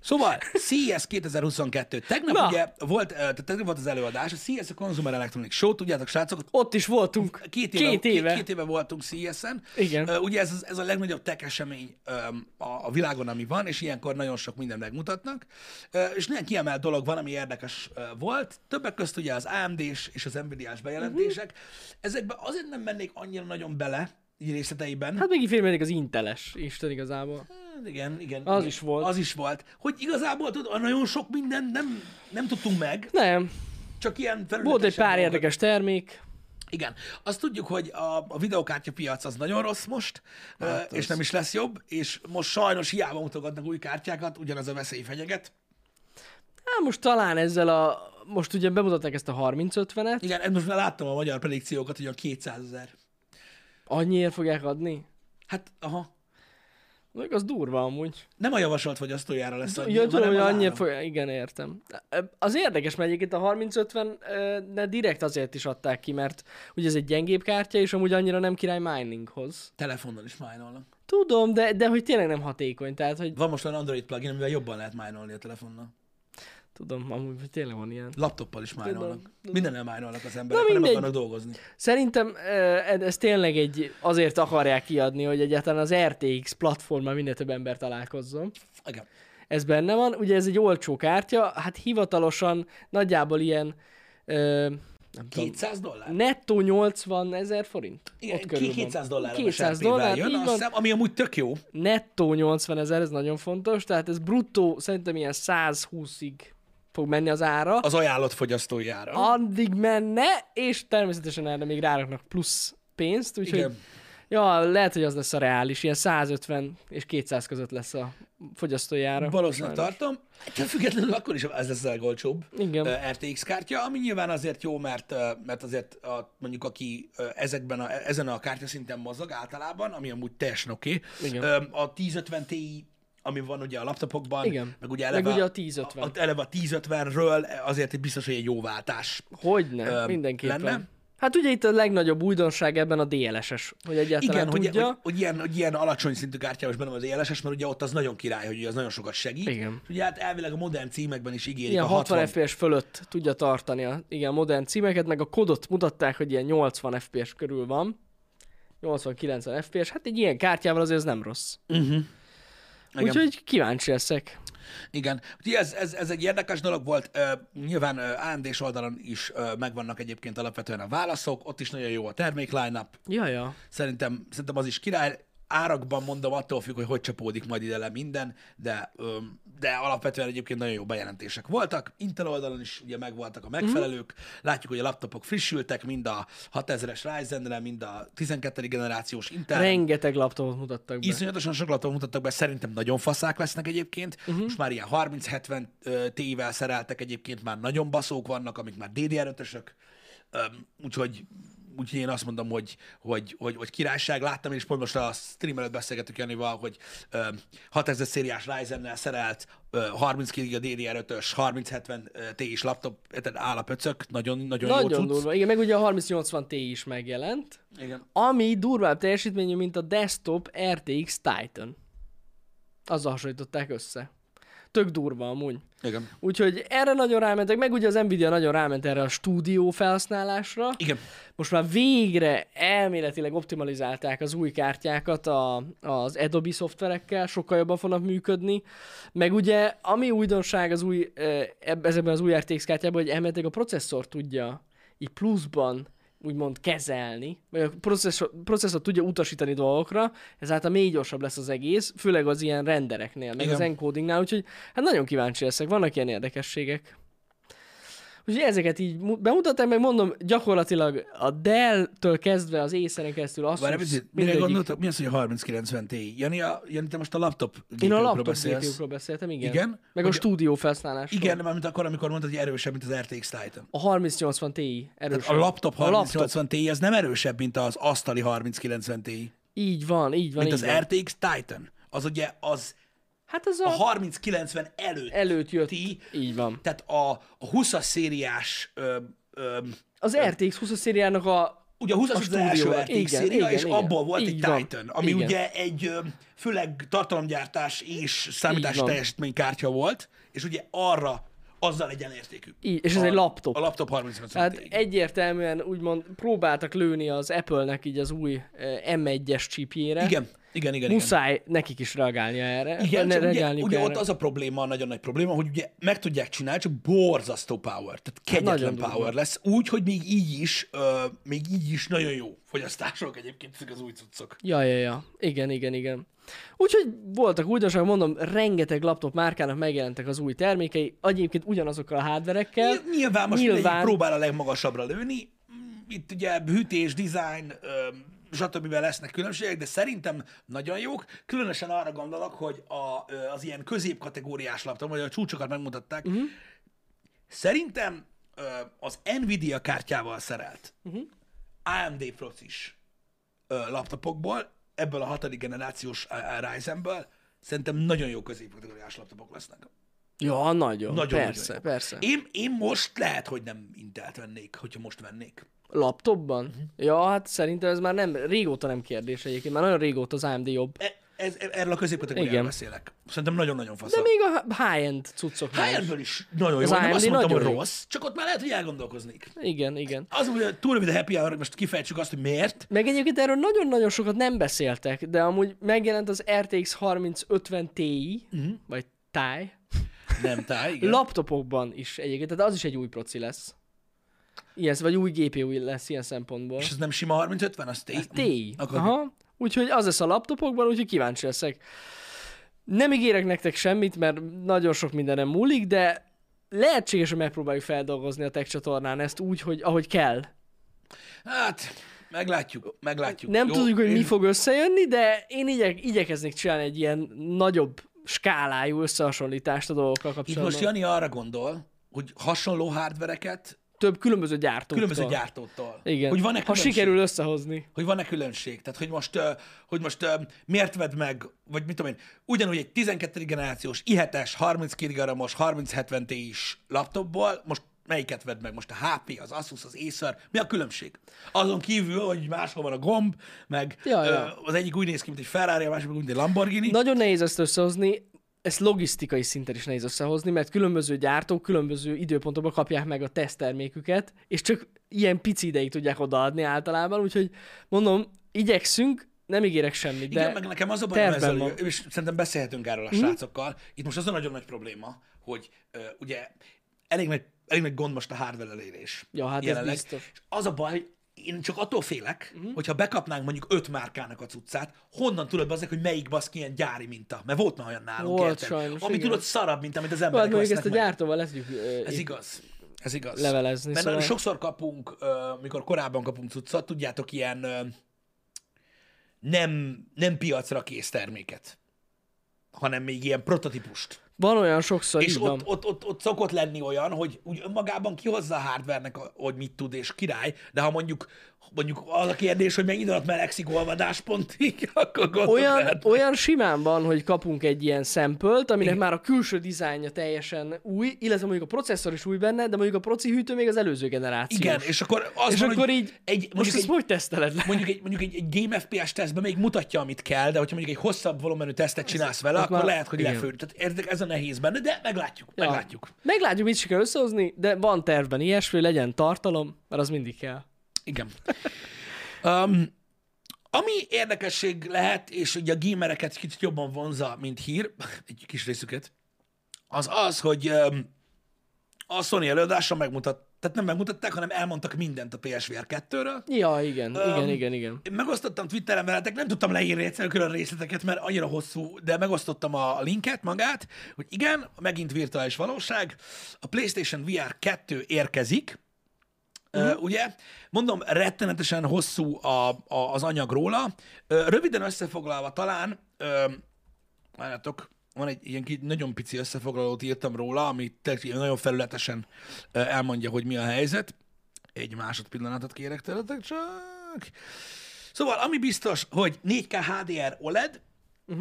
Speaker 1: Szóval, CES 2022. Tegnap
Speaker 2: Na.
Speaker 1: ugye volt, ö, tehát tegnap volt az előadás, a CES a Consumer Electronics Show, tudjátok srácok,
Speaker 2: Ott is voltunk.
Speaker 1: két éve,
Speaker 2: Két éve.
Speaker 1: Két, két éve voltunk CES-en.
Speaker 2: Igen.
Speaker 1: Ö, Ugye ez, az- ez a legnagyobb tech esemény öm, a, a világon, ami van, és ilyenkor nagyon sok mindent megmutatnak. Ö, És néhány kiemelt dolog van, ami érdekes ö, volt. Többek közt ugye az AMD-s és az Nvidia-s bejelentések.
Speaker 2: Mhm.
Speaker 1: Ezekbe azért nem mennék annyira nagyon bele, így részleteiben.
Speaker 2: Hát még így félmérnék az inteles, Isten igazából.
Speaker 1: Hát Igen, igen.
Speaker 2: Az
Speaker 1: igen.
Speaker 2: is volt.
Speaker 1: Az is volt. Hogy igazából tudod, nagyon sok mindent nem, nem tudtunk meg,
Speaker 2: Nem.
Speaker 1: csak ilyen felületesen.
Speaker 2: Volt egy pár
Speaker 1: dolgokat.
Speaker 2: érdekes termék.
Speaker 1: Igen. Azt tudjuk, hogy a, a videokártya piac az nagyon rossz most, hát és nem is lesz jobb, és most sajnos hiába mutogatnak új kártyákat, ugyanaz a veszély fenyeget.
Speaker 2: Hát most talán ezzel a... Most ugye bemutatták ezt a 30-50-et.
Speaker 1: Igen, most már láttam a magyar predikciókat, hogy a 200 ezer.
Speaker 2: Annyiért fogják adni?
Speaker 1: Hát, aha.
Speaker 2: Mondjuk az durva amúgy.
Speaker 1: Nem a javasolt fogyasztójára lesz annyi,
Speaker 2: Ugye tudom,
Speaker 1: hanem
Speaker 2: hogy
Speaker 1: az
Speaker 2: annyiért
Speaker 1: áram.
Speaker 2: fogják... Igen, értem. Az érdekes, mert egyébként a 30-50 ne direkt azért is adták ki, mert ugye ez egy gyengébb kártya, és amúgy annyira nem király mininghoz.
Speaker 1: Telefonnal is májnolnak.
Speaker 2: Tudom, de, de hogy tényleg nem hatékony, tehát hogy
Speaker 1: Van most olyan Android plugin, amivel jobban lehet májnolni a telefonnal.
Speaker 2: tudom, amúgy hogy tényleg van ilyen.
Speaker 1: Laptoppal is májnolnak. Mindennel májnolnak az
Speaker 2: Na,
Speaker 1: emberek, mert nem
Speaker 2: mindegy.
Speaker 1: akarnak dolgozni.
Speaker 2: Szerintem eh, ez tényleg egy, azért akarják kiadni, hogy egyáltalán az RTX platformán minél több ember találkozzon.
Speaker 1: Igen.
Speaker 2: Ez benne van, ugye ez egy olcsó kártya, hát hivatalosan nagyjából ilyen ö,
Speaker 1: 200 dollár?
Speaker 2: nettó 80 ezer forint.
Speaker 1: Igen,
Speaker 2: Ott körül van.
Speaker 1: 200 dollár
Speaker 2: 200
Speaker 1: 200
Speaker 2: dollár,
Speaker 1: dollár,
Speaker 2: így
Speaker 1: jön, azt
Speaker 2: van.
Speaker 1: hiszem, ami amúgy tök jó.
Speaker 2: Nettó 80 ezer, ez nagyon fontos, tehát ez bruttó szerintem ilyen 120-ig fog menni az ára.
Speaker 1: Az ajánlott fogyasztói ára.
Speaker 2: addig menne, és természetesen erre még ráraknak plusz pénzt, úgyhogy
Speaker 1: Igen.
Speaker 2: ja, lehet, hogy az lesz a reális, ilyen 150 és 200 között lesz a fogyasztói ára.
Speaker 1: Valószínűleg
Speaker 2: Sajnos.
Speaker 1: tartom. Hát függetlenül akkor is ez lesz a legolcsóbb
Speaker 2: Igen.
Speaker 1: ö, RTX kártya, ami nyilván azért jó, mert, ö, mert azért a, mondjuk aki ö, ezekben a, ezen a kártyaszinten mozog általában, ami amúgy teljesen oké,
Speaker 2: Igen.
Speaker 1: okay, a 1050 Ti, ami van ugye a laptopokban,
Speaker 2: Igen.
Speaker 1: meg ugye eleve,
Speaker 2: Meg ugye a 1050.
Speaker 1: A, a, eleve a 1050-ről azért egy biztos, hogy egy jó váltás.
Speaker 2: Hogyne,
Speaker 1: Ö,
Speaker 2: mindenképpen.
Speaker 1: lenne?
Speaker 2: Hát ugye itt a legnagyobb újdonság ebben a DLSS, hogy egyáltalán
Speaker 1: Igen, hogy, hogy,
Speaker 2: Hát tudja.
Speaker 1: hogy, ilyen, hogy ilyen alacsony szintű kártya most benne van az ELSS, mert ugye ott az nagyon király, hogy ugye az nagyon sokat segít.
Speaker 2: Igen.
Speaker 1: Ugye hát elvileg a modern címekben is ígérik
Speaker 2: Ilyen
Speaker 1: a
Speaker 2: 60,
Speaker 1: 60
Speaker 2: FPS fölött tudja tartani a igen, modern címeket, meg a kodot mutatták, hogy ilyen 80 FPS körül van. 80-90 FPS, hát egy ilyen kártyával azért ez nem rossz.
Speaker 1: Mhm. Igen.
Speaker 2: Úgyhogy kíváncsi leszek.
Speaker 1: Igen, Úgyhogy ez, ez, ez egy érdekes dolog volt. Ö, Nyilván ö, AMD-s oldalon is ö, megvannak egyébként alapvetően a válaszok, ott is nagyon jó a termék line-up.
Speaker 2: Ja, ja.
Speaker 1: Szerintem, szerintem az is király. Árakban mondom, attól függ, hogy hogy csapódik majd ide le minden, de, ö, de alapvetően egyébként nagyon jó bejelentések voltak. Intel oldalon is ugye megvoltak a megfelelők. Látjuk, hogy a laptopok frissültek, mind a 6000-es Ryzen-re, mind a 12. generációs Intel.
Speaker 2: Rengeteg laptopot mutattak be.
Speaker 1: Iszonyatosan sok laptopot mutattak be, szerintem nagyon faszák lesznek egyébként.
Speaker 2: Mhm.
Speaker 1: Uh-huh. Most már ilyen 30-70 ö, Ti-vel szereltek egyébként, már nagyon baszók vannak, amik már DDR5-ösök. Öm, Úgyhogy Úgyhogy én azt mondom, hogy, hogy, hogy, hogy királyság. Láttam, és pont most a stream előtt beszélgettük Janival, hogy ö, 6000 szériás Ryzen-nel szerelt, ö, 30 GB DDR5-ös, 3070 Ti is laptop, tehát állapöcök, nagyon, nagyon, jó
Speaker 2: Nagyon
Speaker 1: cucc.
Speaker 2: durva. Igen, meg ugye a 3080 Ti is megjelent,
Speaker 1: Igen.
Speaker 2: ami durvább teljesítményű, mint a desktop RTX Titan. Azzal hasonlították össze. Tök durva amúgy.
Speaker 1: Igen.
Speaker 2: Úgyhogy erre nagyon rámentek, meg ugye az Nvidia nagyon ráment erre a stúdió felhasználásra.
Speaker 1: Igen.
Speaker 2: Most már végre elméletileg optimalizálták az új kártyákat a, az Adobe szoftverekkel, sokkal jobban fognak működni. Meg ugye, ami újdonság az új, eh, eb- ezekben az új RTX kártyában, hogy elméletileg a processzor tudja így pluszban úgymond kezelni, vagy a processzor, processzor tudja utasítani dolgokra, ezáltal még gyorsabb lesz az egész, főleg az ilyen rendereknél, meg Igen.
Speaker 1: Igen.
Speaker 2: az encodingnál, úgyhogy hát nagyon kíváncsi leszek, vannak ilyen érdekességek. Úgyhogy ezeket így mu- bemutatták, meg mondom, gyakorlatilag a Dell-től kezdve az észeren keresztül azt
Speaker 1: Várj, picit, Szóval mire gondoltok? Mi az, hogy a 3090 Ti? Jani, a, Jani, te most a laptop
Speaker 2: Én a
Speaker 1: GPU-król
Speaker 2: laptop
Speaker 1: beszélsz.
Speaker 2: gpu beszéltem, igen.
Speaker 1: Igen.
Speaker 2: Meg a
Speaker 1: Hogy-
Speaker 2: stúdió felhasználásról.
Speaker 1: Igen, mármint akkor, amikor mondtad, hogy erősebb, mint az RTX Titan.
Speaker 2: A 3080 Ti
Speaker 1: A
Speaker 2: erősebb.
Speaker 1: laptop
Speaker 2: A laptop.
Speaker 1: 3080 Ti, ez nem erősebb, mint az asztali 3090 Ti,
Speaker 2: Így van, így van.
Speaker 1: mint
Speaker 2: így
Speaker 1: az
Speaker 2: van.
Speaker 1: RTX Titan. Az ugye az
Speaker 2: Hát ez
Speaker 1: a
Speaker 2: a
Speaker 1: 3090 előtt,
Speaker 2: előtt jött.
Speaker 1: Ti.
Speaker 2: Így van.
Speaker 1: tehát a, a 20-as szériás, ö, ö,
Speaker 2: Az RTX 20 szériának a
Speaker 1: ugye a 20-as
Speaker 2: A
Speaker 1: az első
Speaker 2: stúdió,
Speaker 1: RTX
Speaker 2: igen,
Speaker 1: széria,
Speaker 2: igen,
Speaker 1: és
Speaker 2: igen.
Speaker 1: abból volt
Speaker 2: Így
Speaker 1: egy
Speaker 2: van,
Speaker 1: Titan, ami
Speaker 2: igen.
Speaker 1: ugye egy ö, főleg tartalomgyártás és számítás
Speaker 2: van.
Speaker 1: teljesítménykártya volt, és ugye arra azzal egyenértékű.
Speaker 2: Így, és ez egy laptop.
Speaker 1: A laptop 3090
Speaker 2: Hát
Speaker 1: Ti.
Speaker 2: egyértelműen úgymond próbáltak lőni az Apple-nek így az új eh, M1-es csipjére.
Speaker 1: Igen, igen, igen. igen.
Speaker 2: Muszáj nekik is reagálnia erre.
Speaker 1: Igen,
Speaker 2: ne,
Speaker 1: csak ugye,
Speaker 2: reagálniuk
Speaker 1: ugye
Speaker 2: erre.
Speaker 1: ott az a probléma, a nagyon nagy probléma, hogy ugye meg tudják csinálni, csak borzasztó power, tehát kegyetlen
Speaker 2: Hát nagyon
Speaker 1: power
Speaker 2: durva.
Speaker 1: lesz, úgy, hogy még így is, ö, még így is nagyon jó fogyasztások egyébként ezek az új cuccok.
Speaker 2: Ja, ja, ja. Igen, igen, igen. Úgyhogy voltak újdonságok, mondom, rengeteg laptop márkának megjelentek az új termékei, egyébként ugyanazokkal a hardverekkel.
Speaker 1: Ny- Nyilván most
Speaker 2: Nyilván.
Speaker 1: nyilván. próbál a legmagasabbra lőni, Mm, itt ugye hűtés, design, ö, stb. lesznek különbségek, de szerintem nagyon jók. Különösen arra gondolok, hogy a, ö, az ilyen középkategóriás laptop, vagy a csúcsokat megmutatták, uh-huh. szerintem ö, az Nvidia kártyával szerelt uh-huh. AMD procis ö, laptopokból, ebből a hatodik generációs ö, ö, Ryzenből, szerintem nagyon jó középkategóriás laptopok lesznek.
Speaker 2: Ja, nagyon.
Speaker 1: Nagyon
Speaker 2: persze,
Speaker 1: nagyon jó.
Speaker 2: persze.
Speaker 1: Én, én most lehet, hogy nem Intelt vennék, hogyha most vennék.
Speaker 2: Laptopban?
Speaker 1: Mhm.
Speaker 2: Uh-huh. Ja, hát szerintem ez már nem, régóta nem kérdés egyébként, már nagyon régóta az AMD jobb.
Speaker 1: E- Ez, e- erről a középkategóriáról
Speaker 2: Igen.
Speaker 1: beszélek. Szerintem nagyon-nagyon fasz.
Speaker 2: De még a high-end cuccok
Speaker 1: Hányadból Hát is nagyon jó.
Speaker 2: Az
Speaker 1: Nem azt
Speaker 2: AMD
Speaker 1: mondtam, hogy
Speaker 2: nagyon jó.
Speaker 1: rossz, csak ott már lehet, hogy elgondolkoznék.
Speaker 2: Igen, igen.
Speaker 1: Az, hogy túl rövid a happy hour, most kifejtsük azt, hogy miért.
Speaker 2: Meg egyébként erről nagyon-nagyon sokat nem beszéltek, de amúgy megjelent az RTX 3050 Ti,
Speaker 1: Mhm.
Speaker 2: uh-huh. vagy Ti,
Speaker 1: Nem táj, igen.
Speaker 2: laptopokban is egyébként, tehát az is egy új proci lesz. Ilyen, vagy új GPU lesz ilyen szempontból.
Speaker 1: És ez nem sima 30-50, az tény.
Speaker 2: Ti.
Speaker 1: Akkor
Speaker 2: Aha. Úgyhogy az lesz a laptopokban, úgyhogy kíváncsi leszek. Nem ígérek nektek semmit, mert nagyon sok mindenem múlik, de lehetséges, hogy megpróbáljuk feldolgozni a tech csatornán ezt úgy, hogy ahogy kell.
Speaker 1: Hát, meglátjuk, meglátjuk.
Speaker 2: Nem
Speaker 1: Jó,
Speaker 2: tudjuk, hogy mi
Speaker 1: én-
Speaker 2: fog összejönni, de én igyek, igyekeznék csinálni egy ilyen nagyobb skálájú összehasonlítást a dolgokkal
Speaker 1: Itt
Speaker 2: kapcsolatban.
Speaker 1: most Jani arra gondol, hogy hasonló hardvereket
Speaker 2: Több különböző gyártóktól.
Speaker 1: különböző gyártótól.
Speaker 2: Igen.
Speaker 1: Hogy van-e
Speaker 2: ha
Speaker 1: különbség?
Speaker 2: sikerül összehozni.
Speaker 1: Hogy van-e különbség? Tehát, hogy most, ö, hogy most ö, miért vedd meg, vagy mit tudom én, ugyanúgy egy 12. generációs, i7-es, 32 gigaramos, 3070 Ti is laptopból, most melyiket vedd meg? Most a HP, az Asus, az Acer, mi a különbség? Azon kívül, hogy máshol van a gomb, meg
Speaker 2: Ja,
Speaker 1: ö,
Speaker 2: ja.
Speaker 1: az egyik úgy néz ki, mint egy Ferrari, a másik meg úgy, mint egy Lamborghini.
Speaker 2: Nagyon nehéz ezt összehozni, ezt logisztikai szinten is nehéz összehozni, mert különböző gyártók különböző időpontokban kapják meg a tesztterméküket, és csak ilyen pici ideig tudják odaadni általában, úgyhogy mondom, igyekszünk, nem ígérek semmit, de
Speaker 1: Igen, meg nekem az a bajom
Speaker 2: tervben
Speaker 1: ezzel,
Speaker 2: van. Mhm.
Speaker 1: hogy- és szerintem beszélhetünk erről a srácokkal. Itt most az a nagyon nagy probléma, hogy uh, ugye elég nagy, elég nagy gond most a hardware elérés.
Speaker 2: Ja, hát ez
Speaker 1: jelenleg.
Speaker 2: biztos. Mhm.
Speaker 1: És az a baj, hogy én csak attól félek, hogyha bekapnánk mondjuk öt márkának a cuccát, honnan tudod bazdmeg, hogy melyik baszki ilyen gyári minta? Mert volt már olyan nálunk,
Speaker 2: Volt
Speaker 1: érted?
Speaker 2: sajnos,
Speaker 1: Ami
Speaker 2: igen.
Speaker 1: tudod szarabb, mint amit az
Speaker 2: Jó, hát
Speaker 1: emberek
Speaker 2: mondjuk
Speaker 1: vesznek
Speaker 2: ezt a
Speaker 1: meg.
Speaker 2: gyártóval le tudjuk ö,
Speaker 1: Ez
Speaker 2: itt-
Speaker 1: igaz. Ez igaz.
Speaker 2: levelezni,
Speaker 1: Mert
Speaker 2: szóval-
Speaker 1: szóval... sokszor kapunk, ö, mikor korábban kapunk cuccot, tudjátok, ilyen ö, nem, nem piacra kész terméket, hanem még ilyen prototípust.
Speaker 2: Van olyan sokszor,
Speaker 1: És
Speaker 2: így van.
Speaker 1: ott, ott, ott, ott szokott lenni olyan, hogy úgy önmagában kihozza a hardvernek, hogy mit tud, és király, de ha mondjuk mondjuk az a kérdés, hogy mennyi alatt melegszik olvadáspontig, akkor gondok
Speaker 2: olyan,
Speaker 1: lehet.
Speaker 2: olyan simán van, hogy kapunk egy ilyen szempölt, aminek már a külső dizájnja teljesen új, illetve mondjuk a processzor is új benne, de mondjuk a proci hűtő még az előző generáció.
Speaker 1: Igen, és akkor az
Speaker 2: És
Speaker 1: van,
Speaker 2: akkor
Speaker 1: hogy
Speaker 2: így,
Speaker 1: egy,
Speaker 2: most
Speaker 1: mondjuk
Speaker 2: ezt
Speaker 1: egy,
Speaker 2: hogy teszteled le?
Speaker 1: mondjuk egy, mondjuk egy, egy Game FPS tesztben még mutatja, amit kell, de hogyha mondjuk egy hosszabb volumenű tesztet csinálsz vele,
Speaker 2: ott
Speaker 1: akkor
Speaker 2: már-
Speaker 1: lehet, hogy
Speaker 2: igen.
Speaker 1: lefőd. Tehát értek, ez a nehéz benne, de meglátjuk,
Speaker 2: Ja.
Speaker 1: meglátjuk.
Speaker 2: Meglátjuk, mit sikerül összehozni, de van tervben ilyesmi, legyen tartalom, mert az mindig kell.
Speaker 1: Igen. Um, ami érdekesség lehet, és ugye a gamereket kicsit jobban vonza, mint hír, egy kis részüket, az az, hogy um, a Sony előadáson megmutat, tehát nem megmutatták, hanem elmondtak mindent a PSVR 2-ről,
Speaker 2: Ja, igen, um, igen, igen, igen.
Speaker 1: Én megosztottam Twitteren veletek, nem tudtam leírni egyszerűen külön részleteket, mert annyira hosszú, de megosztottam a linket magát, hogy igen, megint virtuális valóság, a PlayStation VR 2 érkezik, Uh, ugye? Mondom, rettenetesen hosszú a, a, az anyag róla. Ö, Röviden összefoglalva talán, ö, várjátok, van egy ilyen ki- nagyon pici összefoglalót írtam róla, ami tényleg nagyon felületesen ö, elmondja, hogy mi a helyzet. Egy másodpillanatot kérek tőletek csak. Szóval, ami biztos, hogy 4K HDR OLED, E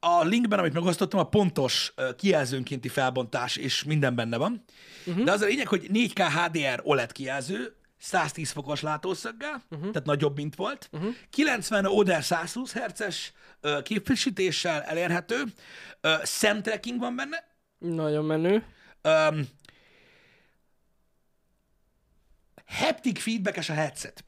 Speaker 1: a linkben, amit megosztottam, a pontos ö, kijelzőnkénti felbontás, és minden benne van. Uh-huh. De az a lényeg, hogy 4K HDR OLED E kijelző, 110 fokos látószöggel, uh-huh. tehát nagyobb, mint volt. Uh-huh. 90 oder 120 herces ö, képfrissítéssel elérhető. Ö, Szem tracking van benne.
Speaker 2: Nagyon menő.
Speaker 1: Ö, haptic feedbackes a headset.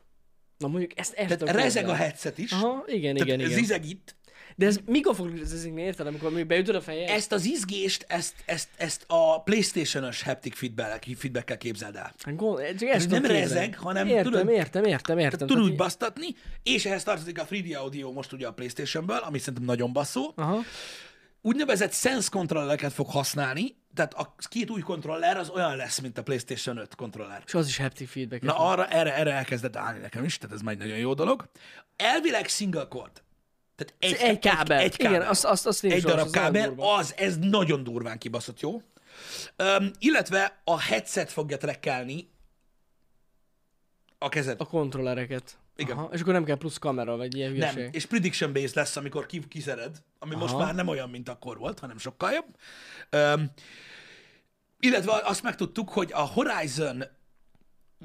Speaker 2: Na mondjuk ezt ezt
Speaker 1: Tehát rezeg a headset is.
Speaker 2: Hát Aha, igen,
Speaker 1: tehát
Speaker 2: igen, igen.
Speaker 1: zizeg itt.
Speaker 2: De ez mikor fog rezegni, érted, amikor még beütöd a fejed?
Speaker 1: ezt az izgést, ezt, ezt, ezt a Playstation-ös haptic feedback- feedback-kel képzeld el.
Speaker 2: Hát gond- csak ezt
Speaker 1: nem
Speaker 2: tudom képzelni.
Speaker 1: rezeg, hanem
Speaker 2: értem,
Speaker 1: tudod-
Speaker 2: Értem, értem, értem.
Speaker 1: Tud
Speaker 2: Tehát
Speaker 1: úgy basztatni, és ehhez tartozik a 3D Audio most ugye a Playstation-ből, ami szerintem nagyon basszó.
Speaker 2: Aha.
Speaker 1: Úgynevezett sense kontrollereket fog használni, tehát a két új kontroller az olyan lesz, mint a Playstation 5 kontroller.
Speaker 2: És az is haptic feedback.
Speaker 1: Na arra, erre, erre elkezdett állni nekem is, tehát ez már egy nagyon jó dolog. Elvileg single cord. Tehát egy,
Speaker 2: egy, egy kábel.
Speaker 1: Egy kábel.
Speaker 2: Igen, azt, azt, azt én
Speaker 1: egy
Speaker 2: is
Speaker 1: darab
Speaker 2: olvastam, az
Speaker 1: kábel,
Speaker 2: Alburban.
Speaker 1: az, ez nagyon durván kibaszott jó. Öm, illetve a headset fogja trekkelni a kezed.
Speaker 2: A kontrollereket.
Speaker 1: Igen.
Speaker 2: Aha. És akkor nem kell plusz kamera, vagy ilyen
Speaker 1: nem,
Speaker 2: hülyeség.
Speaker 1: és prediction based lesz, amikor ki, kiszered, ami Aha. most
Speaker 2: Aha.
Speaker 1: már nem olyan, mint akkor volt, hanem sokkal jobb. Öm, illetve azt megtudtuk, hogy a Horizon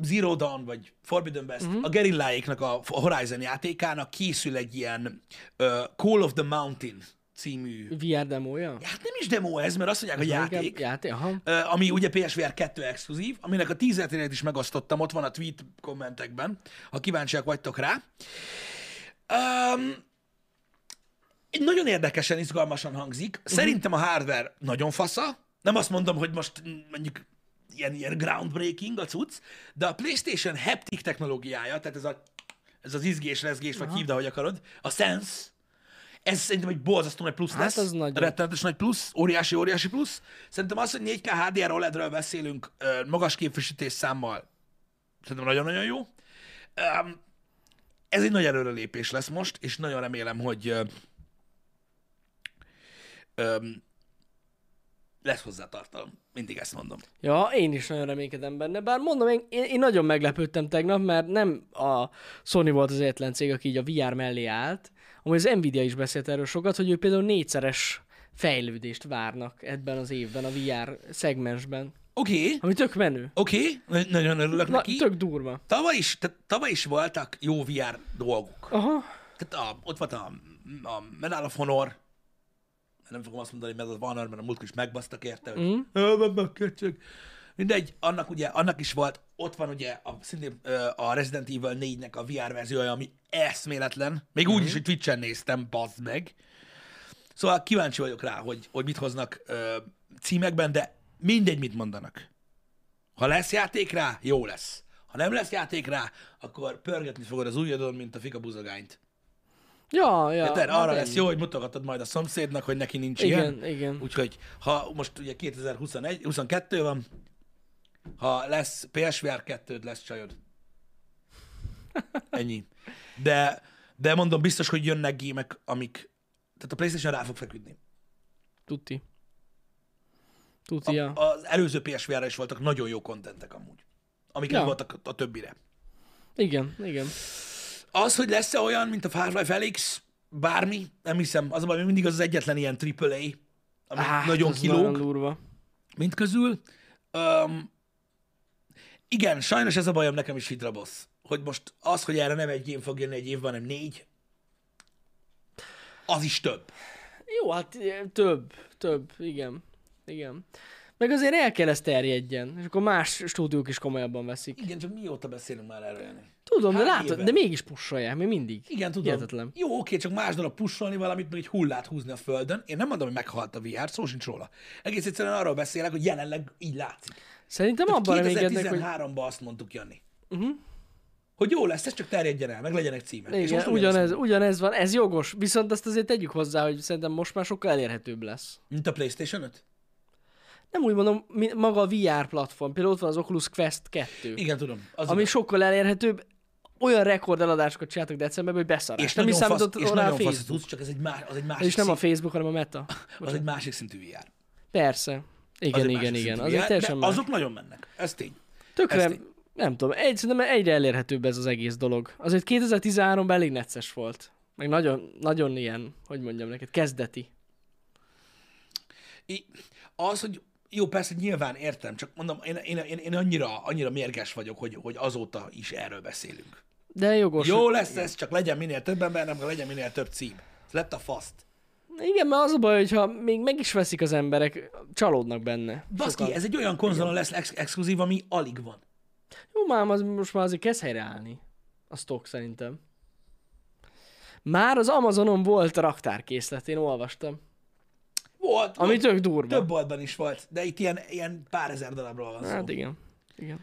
Speaker 1: Zero Dawn, vagy Forbidden West,
Speaker 2: Mhm.
Speaker 1: a gerilláiknak, a Horizon játékának készül egy ilyen ö, Call of the Mountain című,
Speaker 2: VR demója?
Speaker 1: hát nem is demo ez, mert azt mondják, hogy játék,
Speaker 2: Inkább Játék, aha.
Speaker 1: Ö, ami ugye PSVR 2 exkluzív, aminek a tízleténét is megosztottam, ott van a tweet kommentekben, ha kíváncsiak vagytok rá. Um, nagyon érdekesen, izgalmasan hangzik. Szerintem a hardware nagyon fasza. Nem azt mondom, hogy most mm, mondjuk ilyen, ilyen groundbreaking a cucc, de a PlayStation haptic technológiája, tehát ez, a, ez az izgés, rezgés, vagy hívd, ahogy akarod, a Sense, ez szerintem egy borzasztó nagy plusz hát lesz.
Speaker 2: az nagy.
Speaker 1: Rettenetes nagy plusz, óriási, óriási plusz. Szerintem az, hogy 4K HDR OLED-ről E beszélünk ö, magas képfrissítés számmal, szerintem nagyon-nagyon jó. Öm, Ez egy nagy előrelépés lesz most, és nagyon remélem, hogy ö, öm, lesz hozzá tartalom. Mindig ezt mondom.
Speaker 2: Ja, én is nagyon reménykedem benne, bár mondom, én, én, én nagyon meglepődtem tegnap, mert nem a Sony volt az egyetlen cég, aki így a VR mellé állt, amúgy az Nvidia is beszélt erről sokat, hogy ők például négyszeres fejlődést várnak ebben az évben a VR szegmensben,
Speaker 1: Oké, okay,
Speaker 2: ami tök menő.
Speaker 1: oké, okay, nagyon örülök
Speaker 2: Na,
Speaker 1: neki.
Speaker 2: tök durva.
Speaker 1: Tavaly is, tehát tavaly is voltak jó VR dolgok.
Speaker 2: Aha,
Speaker 1: Tehát Hát a, ott volt a, a Medal of Honor, nem fogom azt mondani, hogy Medal of Honor, mert a múltkor is megbasztak érte, hogy mm. van meg köcsög. Mindegy, annak ugye, annak is volt, ott van ugye a, szintén ö, a Resident Evil 4-nek a VR verziója, ami eszméletlen. Még úgy is, hogy Twitch-en néztem, bazd meg. Szóval kíváncsi vagyok rá, hogy, hogy mit hoznak ö, címekben, de mindegy, mit mondanak. Ha lesz játék rá, jó lesz. Ha nem lesz játék rá, akkor pörgetni fogod az ujjadon, mint a fika buzogányt.
Speaker 2: ja, ja.
Speaker 1: Érted? Arra
Speaker 2: hát
Speaker 1: lesz
Speaker 2: ennyi.
Speaker 1: jó, hogy mutogatod majd a szomszédnak, hogy neki nincs
Speaker 2: Igen,
Speaker 1: ilyen.
Speaker 2: igen.
Speaker 1: Úgyhogy ha most ugye 2021, 22 van, ha lesz PSVR 2 lesz csajod. Ennyi. De, de mondom, biztos, hogy jönnek gémek, amik... Tehát a Playstation rá fog feküdni.
Speaker 2: Tuti. Tuti, ja.
Speaker 1: Az előző PSVR-re is voltak nagyon jó kontentek amúgy, amik ja.
Speaker 2: Ja.
Speaker 1: nem voltak a többire.
Speaker 2: Igen, igen.
Speaker 1: Az, hogy lesz-e olyan, mint a Half-Life Alyx, bármi, nem hiszem. Az a baj, hogy mindig az, az egyetlen ilyen AAA, ami
Speaker 2: Á,
Speaker 1: nagyon
Speaker 2: az Nagyon
Speaker 1: kilóg.
Speaker 2: durva.
Speaker 1: mint közül. Um, igen, sajnos ez a bajom nekem is Hydra Boss. Hogy most az, hogy erre nem egy game fog jönni egy évben, hanem négy, az is több.
Speaker 2: Jó, hát eh, több, több, igen. Igen. Meg azért el kell ezt terjedjen, és akkor más stúdiók is komolyabban veszik.
Speaker 1: Igen, csak mióta beszélünk már erről? Jani?
Speaker 2: Tudom, de
Speaker 1: Hány
Speaker 2: látod,
Speaker 1: éve?
Speaker 2: de mégis pusolják, még mindig.
Speaker 1: Igen, tudom.
Speaker 2: Hihetetlen.
Speaker 1: Jó, oké, csak más dolog pusolni valamit, meg egy hullát húzni a földön. Én nem mondom, hogy meghalt a VR, szó sincs róla. Egész egyszerűen arról beszélek, hogy jelenleg így látszik.
Speaker 2: Szerintem abban reménykednek, hogy Mhm.
Speaker 1: 2013-ban azt mondtuk, Jani. Uh-huh. Hogy jó lesz, ez csak terjedjen el, meg legyenek címek. És most
Speaker 2: igen,
Speaker 1: ugyanezt
Speaker 2: ugyanez, ugyanez van, ez jogos, viszont azt azért tegyük hozzá, hogy szerintem most már sokkal elérhetőbb lesz.
Speaker 1: Mint a Playstation 5?
Speaker 2: Nem úgy mondom, mi- maga a VR platform, például ott van az Oculus Quest 2,
Speaker 1: Igen, tudom. Az
Speaker 2: ami
Speaker 1: igaz.
Speaker 2: sokkal elérhetőbb, olyan rekord eladásokat csináltak decemberben, hogy beszarás.
Speaker 1: és
Speaker 2: nem is
Speaker 1: nagyon fasz,
Speaker 2: számított
Speaker 1: és
Speaker 2: rá a
Speaker 1: nagyon fasz,
Speaker 2: Facebook.
Speaker 1: az tudsz, csak ez egy, más, az egy másik,
Speaker 2: És nem a
Speaker 1: szint,
Speaker 2: Facebook, hanem a Meta.
Speaker 1: az egy másik szintű VR. Az
Speaker 2: Persze.
Speaker 1: egy
Speaker 2: Igen,
Speaker 1: másik
Speaker 2: igen,
Speaker 1: szintű
Speaker 2: igen.
Speaker 1: VR,
Speaker 2: Az egy
Speaker 1: de
Speaker 2: teljesen más.
Speaker 1: Azok nagyon mennek, ez tény.
Speaker 2: Tökre,
Speaker 1: ezt így-
Speaker 2: nem tudom, egy, szerintem egyre elérhetőbb ez az egész dolog. Azért 2013-ban elég necces volt. Meg nagyon, nagyon ilyen, hogy mondjam neked, kezdeti.
Speaker 1: I- Az, hogy jó, persze nyilván értem, csak mondom, én, én, én, én annyira, annyira mérges vagyok, hogy, hogy azóta is erről beszélünk.
Speaker 2: De jogos.
Speaker 1: Jó lesz ez, csak legyen minél több ember, nem legyen minél több cím. Ez lett a faszt.
Speaker 2: Igen, mert az a baj, hogyha még meg is veszik az emberek, csalódnak benne.
Speaker 1: Baszki,
Speaker 2: Sokan.
Speaker 1: ez egy olyan konzolon lesz ex- exkluzív, ami alig van.
Speaker 2: Jó, már az, most már azért kezd helyreállni. A stock szerintem. Már az Amazonon volt raktárkészlet, én olvastam.
Speaker 1: Volt,
Speaker 2: Ami
Speaker 1: Amit
Speaker 2: tök durva.
Speaker 1: több boltban is volt, de itt ilyen, ilyen pár ezer darabról van szó.
Speaker 2: Hát igen. Igen.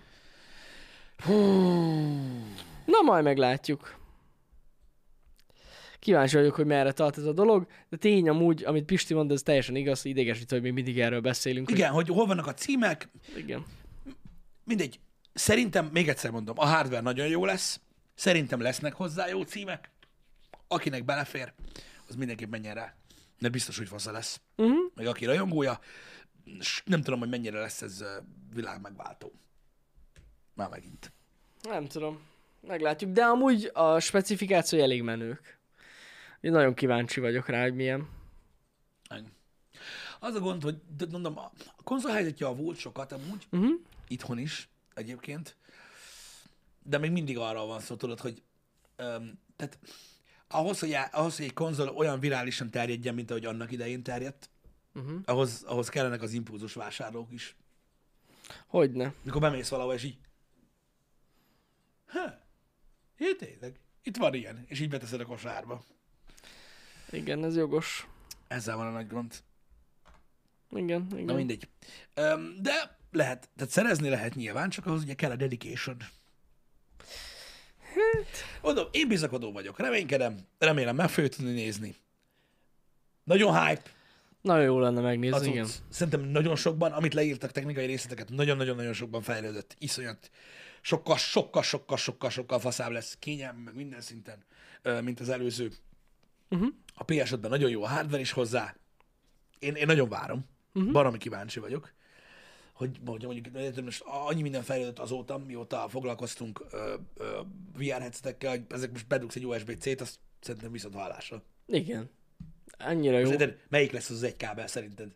Speaker 2: Na majd meglátjuk. Kíváncsi vagyok, hogy merre tart ez a dolog, de tény amúgy, amit Pisti mond, ez teljesen igaz, idegesítő, hogy még mindig erről beszélünk. hogy-
Speaker 1: Igen, hogy hol vannak a címek,
Speaker 2: igen.
Speaker 1: mindegy, szerintem, még egyszer mondom, a hardware nagyon jó lesz, szerintem lesznek hozzá jó címek, akinek belefér, az mindenképp menjen rá, mert biztos, hogy hozzá lesz. Uh-huh. Meg aki rajongója, s nem tudom, hogy mennyire lesz ez ö, világ megváltó. Már megint.
Speaker 2: Nem tudom. Meglátjuk, de amúgy a specifikációi elég menők. Én nagyon kíváncsi vagyok rá, hogy milyen.
Speaker 1: Ennyi. Az a gond, hogy de mondom, a konzol helyzetje a volt sokat amúgy, uh-huh. itthon is egyébként, de még mindig arról van szó, tudod, hogy öm, tehát ahhoz hogy, á- ahhoz, hogy egy konzol olyan virálisan terjedjen, mint ahogy annak idején terjedt, uh-huh. ahhoz, ahhoz kellenek az impulzus vásárlók is.
Speaker 2: Hogyne.
Speaker 1: Mikor bemész valahol, és így... Ha, jé, tényleg, itt van ilyen, és így beteszed a kosárba.
Speaker 2: Igen, ez jogos.
Speaker 1: Ezzel van a nagy gond.
Speaker 2: Igen, igen.
Speaker 1: Na mindegy. Öm, de lehet, tehát szerezni lehet nyilván, csak ahhoz ugye kell a dedication. Mondom, én bizakodó vagyok, reménykedem, remélem meg fogjuk tudni nézni. Nagyon hype,
Speaker 2: Nagyon jó lenne megnézni,
Speaker 1: az
Speaker 2: igen.
Speaker 1: igen. Szerintem nagyon sokban, amit leírtak technikai részleteket, nagyon-nagyon-nagyon sokban fejlődött. Iszonyat. Sokkal, sokkal, sokkal, sokkal, sokkal faszább lesz kényelm, meg minden szinten, ö, mint az előző.
Speaker 2: Mhm.
Speaker 1: Uh-huh. A ps ben nagyon jó a hardware is hozzá. Én, én nagyon várom.
Speaker 2: Mhm.
Speaker 1: Uh-huh. Baromi kíváncsi vagyok. Hogy hogy mondjuk de most annyi minden fejlődött azóta, mióta foglalkoztunk ö, ö, VR headsetekkel, hogy ezek most bedugsz egy USB-C-t, azt szerintem viszont hallásra.
Speaker 2: Igen. Annyira jó.
Speaker 1: Szerinted melyik lesz az egy kábel szerinted?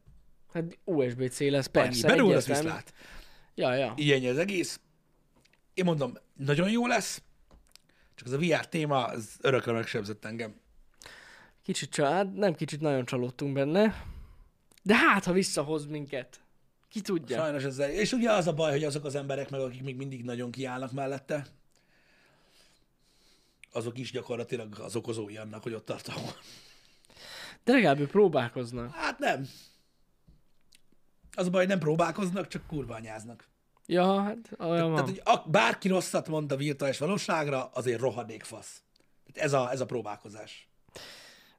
Speaker 2: Hát USB-C lesz,
Speaker 1: Annyi,
Speaker 2: persze.
Speaker 1: berúgod, azt
Speaker 2: egyértelmű.
Speaker 1: viszlát.
Speaker 2: Ja, ja.
Speaker 1: ilyen az egész. Én mondom, nagyon jó lesz, csak ez a VR téma, ez örökre megsebzett engem.
Speaker 2: Kicsit család, nem kicsit nagyon csalódtunk benne. De hát, ha visszahoz minket. Ki tudja?
Speaker 1: Sajnos ezzel. És ugye az a baj, hogy azok az emberek meg, akik még mindig nagyon kiállnak mellette, azok is gyakorlatilag az okozói annak, hogy ott tart, ahol.
Speaker 2: De legalább ő próbálkoznak.
Speaker 1: Hát nem. Az a baj, hogy nem próbálkoznak, csak kurványáznak.
Speaker 2: Ja, hát olyan
Speaker 1: Tehát,
Speaker 2: van.
Speaker 1: hogy a, bárki rosszat mond a virtuális valóságra, azért rohadék fasz. Tehát ez a, ez a próbálkozás.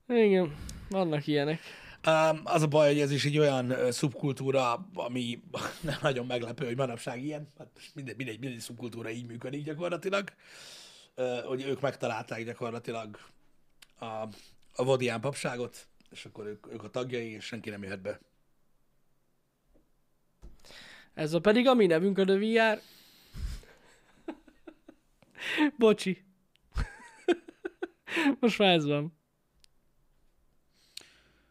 Speaker 2: Igen, vannak ilyenek.
Speaker 1: Um, az a baj, hogy ez is egy olyan ö, szubkultúra, ami nem nagyon meglepő, hogy manapság ilyen. Hát most mindegy, mindegy, mindegy szubkultúra így működik gyakorlatilag. Ö, hogy ők megtalálták gyakorlatilag a, a vodián papságot, és akkor ők, ők a tagjai, és senki nem jöhet be.
Speaker 2: Ez a pedig a mi nevünk a The VR. Bocsi. most már ez van.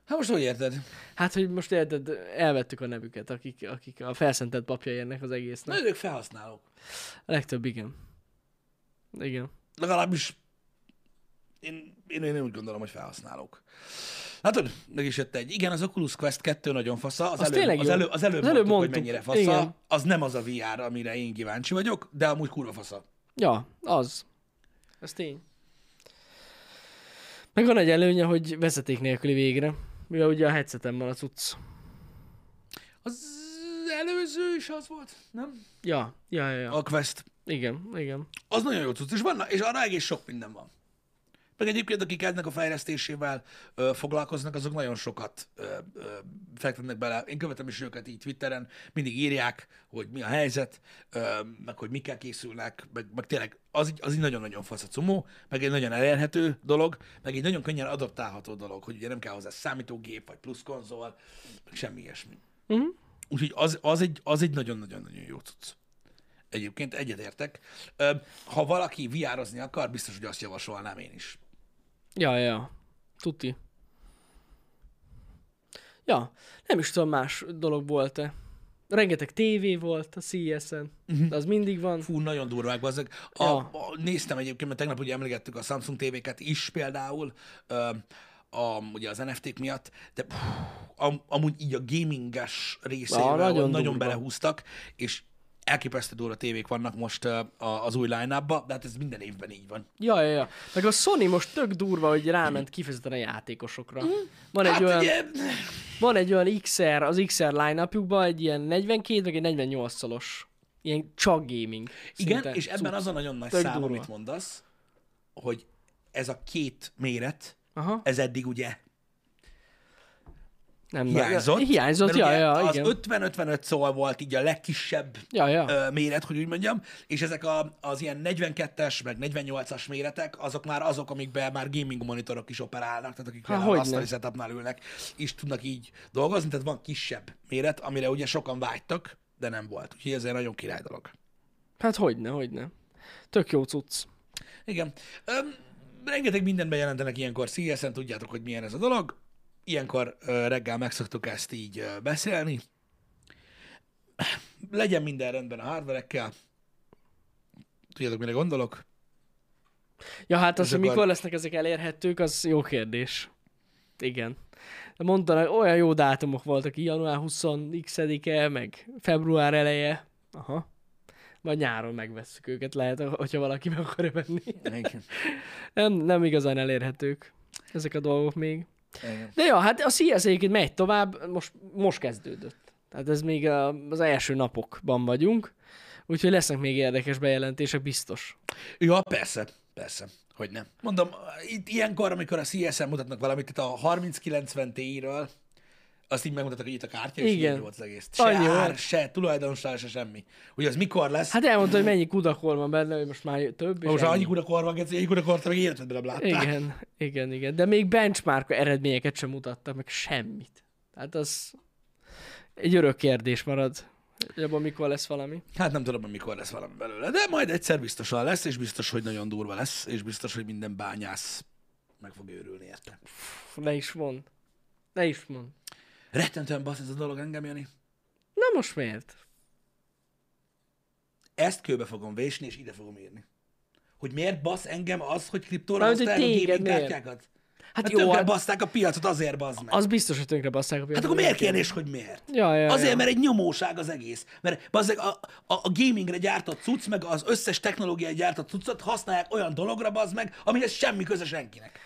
Speaker 1: Hát most hogy érted?
Speaker 2: Hát, hogy most érted, elvettük a nevüket, akik, akik a felszentett papjai ennek az egésznek.
Speaker 1: Na, ők felhasználók.
Speaker 2: A legtöbb, igen. Igen.
Speaker 1: Legalábbis én, én, én úgy gondolom, hogy felhasználók. Látod, meg is jött egy. Igen, az Oculus Quest 2 nagyon fasza. Az,
Speaker 2: Az
Speaker 1: előbb,
Speaker 2: tényleg
Speaker 1: az,
Speaker 2: jó.
Speaker 1: elő, az, előbb, az
Speaker 2: Az
Speaker 1: előbb
Speaker 2: előbb
Speaker 1: mondtuk, hogy
Speaker 2: mondtuk.
Speaker 1: mennyire fasza. Igen.
Speaker 2: Igen.
Speaker 1: Az nem az a VR, amire én kíváncsi vagyok, de amúgy kurva fasza.
Speaker 2: Ja, az. Ez tény. Meg van egy előnye, hogy vezeték nélküli végre. Mivel ugye a headseten van a cucc.
Speaker 1: Az előző is az volt, nem?
Speaker 2: Ja, ja, ja, ja.
Speaker 1: A Quest.
Speaker 2: Igen, igen.
Speaker 1: Az nagyon jó cucc, és, van, és arra egész sok minden van. Meg egyébként, akik ennek a fejlesztésével ö, foglalkoznak, azok nagyon sokat ö, ö, fektetnek bele. Én követem is őket így Twitteren, mindig írják, hogy mi a helyzet, ö, meg hogy mikkel készülnek, meg, meg tényleg az, így- az így nagyon-nagyon fasz a cumó, meg egy nagyon elérhető dolog, meg egy nagyon könnyen adaptálható dolog, hogy ugye nem kell hozzá számítógép, vagy plusz konzol, meg semmi ilyesmi.
Speaker 2: Uh-huh.
Speaker 1: Úgyhogy az, az, egy, az egy nagyon-nagyon-nagyon jó cucc. Egyébként egyetértek. Ö, Ha valaki viározni akar, biztos, hogy azt javasolnám én is.
Speaker 2: Ja, ja, ja. Tuti. Ja, nem is tudom, más dolog volt-e. Rengeteg tévé volt a CES-en,
Speaker 1: Mhm.
Speaker 2: uh-huh. de az mindig van.
Speaker 1: Fú, nagyon durvák azok. A,
Speaker 2: Ja.
Speaker 1: a, néztem egyébként, mert tegnap ugye emlegettük a Samsung TV-ket is például, ö, a, ugye az NFT-k miatt, de pff, am, amúgy így a gaminges részével
Speaker 2: Ja,
Speaker 1: nagyon,
Speaker 2: nagyon
Speaker 1: nagyon
Speaker 2: durva.
Speaker 1: belehúztak, és elképesztő durva tévék vannak most ö, a- az új line de hát ez minden évben így van.
Speaker 2: Ja, ja, ja. Meg a Sony most tök durva, hogy ráment kifejezetten a játékosokra. Van egy
Speaker 1: hát
Speaker 2: olyan...
Speaker 1: ugye,
Speaker 2: Van egy olyan XR, az XR line egy ilyen 42, meg egy 48 szalos. Ilyen csak gaming.
Speaker 1: igen,
Speaker 2: szinten
Speaker 1: és e- ebben
Speaker 2: cucc.
Speaker 1: az a nagyon nagy
Speaker 2: Tök
Speaker 1: szám,
Speaker 2: durva.
Speaker 1: amit mondasz, hogy ez a két méret,
Speaker 2: Aha,
Speaker 1: ez eddig ugye
Speaker 2: nem
Speaker 1: hiányzott.
Speaker 2: Hiányzott,
Speaker 1: mert
Speaker 2: ja,
Speaker 1: ugye
Speaker 2: ja,
Speaker 1: Az
Speaker 2: igen.
Speaker 1: 50-55 szól volt így a legkisebb
Speaker 2: Ja, ja.
Speaker 1: ö, méret, hogy úgy mondjam, és ezek a, az ilyen 42-es, meg 48-as méretek, azok már azok, amikben már gaming monitorok is operálnak, tehát
Speaker 2: Há,
Speaker 1: akik például
Speaker 2: hogyne.
Speaker 1: asztali setupnál ülnek, és tudnak így dolgozni, tehát van kisebb méret, amire ugye sokan vágytak, de nem volt. Úgyhogy ez egy nagyon király dolog.
Speaker 2: Hát hogyne, hogyne. Tök jó cucc.
Speaker 1: Igen. Öm, rengeteg mindent bejelentenek ilyenkor CSN, tudjátok, hogy milyen ez a dolog. Ilyenkor ö, reggel megszoktuk ezt így ö, beszélni. Legyen minden rendben a hardverekkel. Tudjátok, mire gondolok?
Speaker 2: Ja, hát az,
Speaker 1: És
Speaker 2: hogy
Speaker 1: akkor-
Speaker 2: mikor lesznek ezek elérhetők, az jó kérdés. Igen. De mondanak, olyan jó dátumok voltak, így január 20-e, meg február eleje. Aha. Vagy nyáron megveszük őket, lehet, hogyha valaki meg akarja venni.
Speaker 1: Igen.
Speaker 2: Nem, nem igazán elérhetők ezek a dolgok még.
Speaker 1: Igen.
Speaker 2: De ja, hát a CS egyébként megy tovább, most, most kezdődött. Tehát ez még a- az első napokban vagyunk, úgyhogy lesznek még érdekes bejelentések, biztos.
Speaker 1: Ja, persze, persze, hogy nem. Mondom, itt ilyenkor, amikor a CSM mutatnak valamit, itt a 3090 Ti-ről, azt így megmutatnak, hogy itt a kártya, és
Speaker 2: Igen.
Speaker 1: Igen. volt az egész. Se
Speaker 2: Annyi
Speaker 1: ár,
Speaker 2: volt.
Speaker 1: se tulajdonság, se semmi. Hogy az mikor lesz? Hát,
Speaker 2: Hát elmondta, hogy mennyi kudakol van benne, hogy most már több. És
Speaker 1: most
Speaker 2: ennyi.
Speaker 1: annyi kurakor van, geci, egy kurakor te még életedben nem láttál.
Speaker 2: Igen, igen, igen. De még benchmark eredményeket sem mutattak, meg semmit. Tehát az egy örök kérdés marad. Jobban mikor lesz valami.
Speaker 1: Hát nem tudom, hogy mikor lesz valami belőle, de majd egyszer biztosan lesz, és biztos, hogy nagyon durva lesz, és biztos, hogy minden bányász meg fog őrülni érte.
Speaker 2: Pff, Ne is mond. Ne is mond.
Speaker 1: Rettentően bassz ez a dolog engem, Jani.
Speaker 2: Na most miért?
Speaker 1: Ezt kőbe fogom vésni, és ide fogom írni. Hogy miért basz engem az, hogy kriptóra
Speaker 2: Mármint,
Speaker 1: hoztál a
Speaker 2: hogy téged
Speaker 1: gaming
Speaker 2: miért?
Speaker 1: kártyákat?
Speaker 2: Hát,
Speaker 1: Hát
Speaker 2: jó,
Speaker 1: tönkre
Speaker 2: hát,
Speaker 1: baszták a piacot, azért bazd meg.
Speaker 2: az biztos, hogy tönkre basszák a
Speaker 1: Hát akkor miért kérdés, hogy miért?
Speaker 2: Ja, ja,
Speaker 1: Azért,
Speaker 2: ja.
Speaker 1: mert egy nyomóság az egész. Mert bazzeg, a, a, a gamingre gyártott cucc, meg az összes technológiai gyártott cuccot használják olyan dologra, bazd meg, amihez semmi köze senkinek.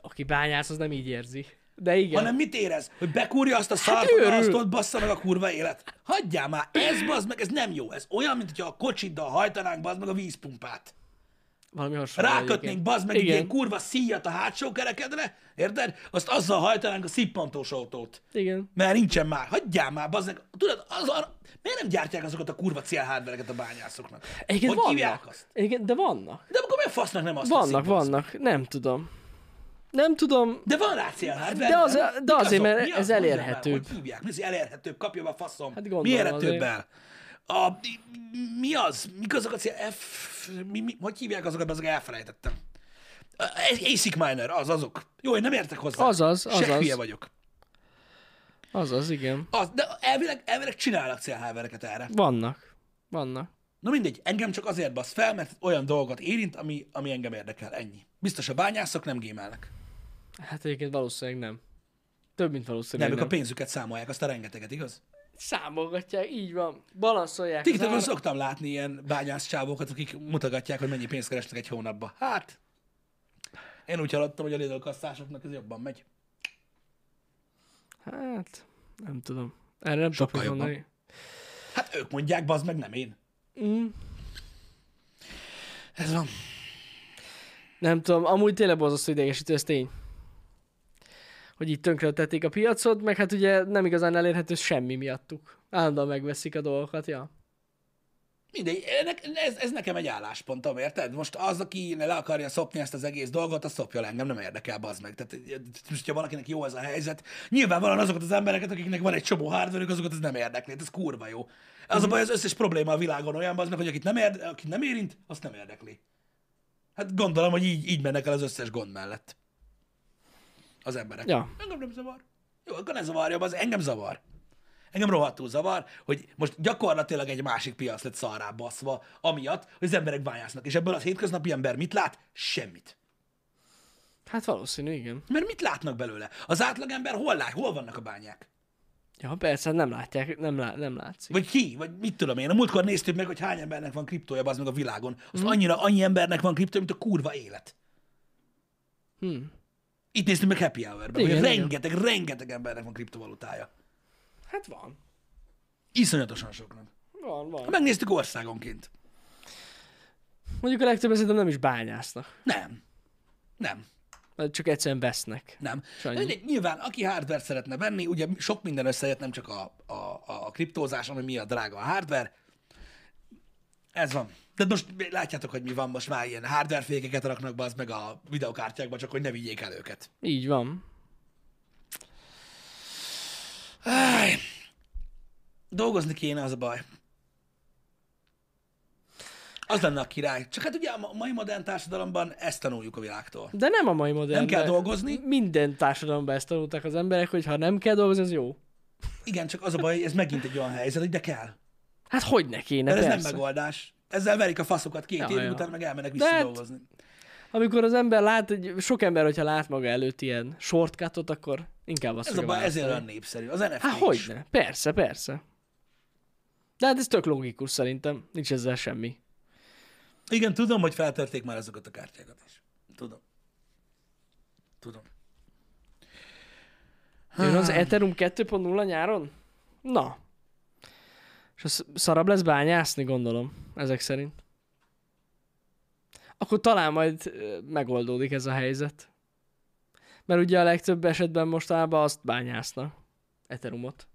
Speaker 2: Aki bányász, az nem így érzi. De igen.
Speaker 1: Hanem mit érez? Hogy bekúrja azt a szart,
Speaker 2: őrül.
Speaker 1: hát azt ott bassza meg a kurva élet. Hagyjál már, ez bazd meg, ez nem jó. Ez olyan, mint hogyha a kocsiddal hajtanánk bazd meg a vízpumpát.
Speaker 2: Valami hasonló.
Speaker 1: Rákötnénk
Speaker 2: egyébként.
Speaker 1: bazd meg egy
Speaker 2: igen.
Speaker 1: ilyen kurva szíjat a hátsó kerekedre, érted? Azt azzal hajtanánk a szippantós autót.
Speaker 2: Igen.
Speaker 1: Mert nincsen már. Hagyjál már, bazd meg. Tudod, az a... miért nem gyártják azokat a kurva célhardvereket a bányászoknak?
Speaker 2: Egyébként
Speaker 1: hogy hívják
Speaker 2: vannak.
Speaker 1: azt?
Speaker 2: Egyébként, de vannak.
Speaker 1: De akkor mi a fasznak nem azt
Speaker 2: Vannak,
Speaker 1: teszik?
Speaker 2: vannak. Nem tudom. Nem tudom,
Speaker 1: De van rá célhardver.
Speaker 2: De az-
Speaker 1: nem?
Speaker 2: de
Speaker 1: Mik
Speaker 2: azért,
Speaker 1: azok?
Speaker 2: mert
Speaker 1: Mi
Speaker 2: ez
Speaker 1: az? Mondjad már,
Speaker 2: elérhetőbb.
Speaker 1: Hogy hívják? Mi az hogy elérhetőbb? Kapja be a faszom.
Speaker 2: Hát gondolom
Speaker 1: mi érhetőbb el? A, mi az? Mik azok a cél... F... Mi, mi, hogy hívják azokat? Azokat elfelejtettem. ASIC miner, az azok. Jó, én nem értek hozzá.
Speaker 2: Azaz,
Speaker 1: Se
Speaker 2: azaz.
Speaker 1: hülye vagyok.
Speaker 2: az az, igen.
Speaker 1: Az, de elvileg, elvileg csinálnak célhávereket erre.
Speaker 2: Vannak. Vannak.
Speaker 1: Na mindegy, engem csak azért basz fel, mert olyan dolgot érint, ami, ami engem érdekel, ennyi. Biztos a bányászok nem gémelnek.
Speaker 2: Hát egyébként valószínűleg nem. Több, mint valószínűleg nem.
Speaker 1: Nem, ők a
Speaker 2: nem.
Speaker 1: pénzüket számolják, azt a rengeteget, igaz?
Speaker 2: Számolgatják, így van. Balanszolják. az
Speaker 1: TikTokon
Speaker 2: ára-
Speaker 1: szoktam látni ilyen bányász csávókat, akik mutogatják, hogy mennyi pénzt keresnek egy hónapba. Hát, én úgy hallottam, hogy a Lidl kasszásoknak ez jobban megy.
Speaker 2: Hát, nem tudom. Erre nem tudok
Speaker 1: Sokkal
Speaker 2: mit
Speaker 1: jobban.
Speaker 2: mondani.
Speaker 1: Hát ők mondják, bazd meg, nem én.
Speaker 2: Mm.
Speaker 1: Ez van.
Speaker 2: Nem tudom, amúgy tényleg borzasztó idegesítő, ez tény. Hogy így tönkretették a piacot, meg hát ugye nem igazán elérhető semmi miattuk. Állandóan megveszik a dolgokat, ja.
Speaker 1: Mindegy, ennek, ez, ez nekem egy álláspontom, érted? Most az, aki le akarja szopni ezt az egész dolgot, az szopja le, engem, nem érdekel, bazd meg. Tehát, e, e, most, ha valakinek jó ez a helyzet, nyilvánvalóan azokat az embereket, akiknek van egy csomó hardware azokat ez nem érdekli, hát ez kurva jó. Az a baj, az összes probléma a világon olyan, bazd meg, hogy akit nem, érd, akit nem érint, azt nem érdekli. Hát gondolom, hogy így, így mennek el az összes gond mellett. Az emberek.
Speaker 2: Ja.
Speaker 1: Engem nem zavar. Jó, akkor ne zavarja, az engem zavar. Engem rohadtul zavar, hogy most gyakorlatilag egy másik piac lett szarrá baszva, amiatt, hogy az emberek bányásznak. És ebből az hétköznapi ember mit lát? Semmit.
Speaker 2: Hát valószínű, igen.
Speaker 1: Mert mit látnak belőle? Az átlagember hol lát, hol vannak a bányák?
Speaker 2: Ja, persze, hát nem látják, nem, lá- nem látszik.
Speaker 1: Vagy ki? Vagy mit tudom én? A múltkor néztük meg, hogy hány embernek van kriptója, az meg a világon. Az annyira annyi embernek van kriptója, mint a kurva élet.
Speaker 2: Hmm.
Speaker 1: Itt néztük meg Happy Hour-ben,
Speaker 2: Igen,
Speaker 1: hogy
Speaker 2: igen.
Speaker 1: rengeteg, rengeteg embernek van kriptovalutája.
Speaker 2: Hát van.
Speaker 1: Iszonyatosan soknak.
Speaker 2: Van, van.
Speaker 1: Megnéztük országonként.
Speaker 2: Mondjuk a legtöbben szerintem nem is bányásznak,
Speaker 1: Nem. Nem.
Speaker 2: mert csak egyszerűen vesznek.
Speaker 1: Nem.
Speaker 2: Sajnos.
Speaker 1: Mindegy, nyilván, aki hardware szeretne venni, ugye sok minden összejött, nem csak a, a, a, a kriptózás, ami miatt drága a hardware. Ez van. De most látjátok, hogy mi van most már ilyen hardware fékeket raknak be, az meg a videokártyákba, csak hogy ne vigyék el őket.
Speaker 2: Így van.
Speaker 1: Áj. Dolgozni kéne, az a baj. Az lenne a király. Csak hát ugye a ma- mai modern társadalomban ezt tanuljuk a világtól.
Speaker 2: De nem a mai modern.
Speaker 1: Nem kell
Speaker 2: de
Speaker 1: dolgozni.
Speaker 2: Minden társadalomban ezt tanulták az emberek, hogy ha nem kell dolgozni, az jó.
Speaker 1: Igen, csak az a baj, hogy ez megint egy olyan helyzet, hogy de kell.
Speaker 2: Hát hogy ne kéne,
Speaker 1: Mert ez
Speaker 2: persze.
Speaker 1: nem megoldás. ezzel verik a faszokat két
Speaker 2: Ja,
Speaker 1: ja, év
Speaker 2: ja.
Speaker 1: ja. után, meg elmennek
Speaker 2: De hát-
Speaker 1: visszadolgozni.
Speaker 2: Amikor az ember lát, egy, sok ember, hogyha lát maga előtt ilyen shortcutot, akkor inkább azt
Speaker 1: Ez a
Speaker 2: fogja
Speaker 1: baj, ezért olyan
Speaker 2: választani.
Speaker 1: népszerű. Az NFT
Speaker 2: Hát
Speaker 1: is.
Speaker 2: hogyne? Persze, persze. De hát ez tök logikus szerintem. Nincs ezzel semmi.
Speaker 1: Igen, tudom, hogy feltörték már azokat a kártyákat is. Tudom. Tudom.
Speaker 2: Jön az Ethereum 2.0 nyáron? Na. És az szarabb lesz bányászni, gondolom, ezek szerint. Akkor talán majd ö, megoldódik ez a helyzet. Mert ugye a legtöbb esetben mostanában azt bányásznak. Ethereumot.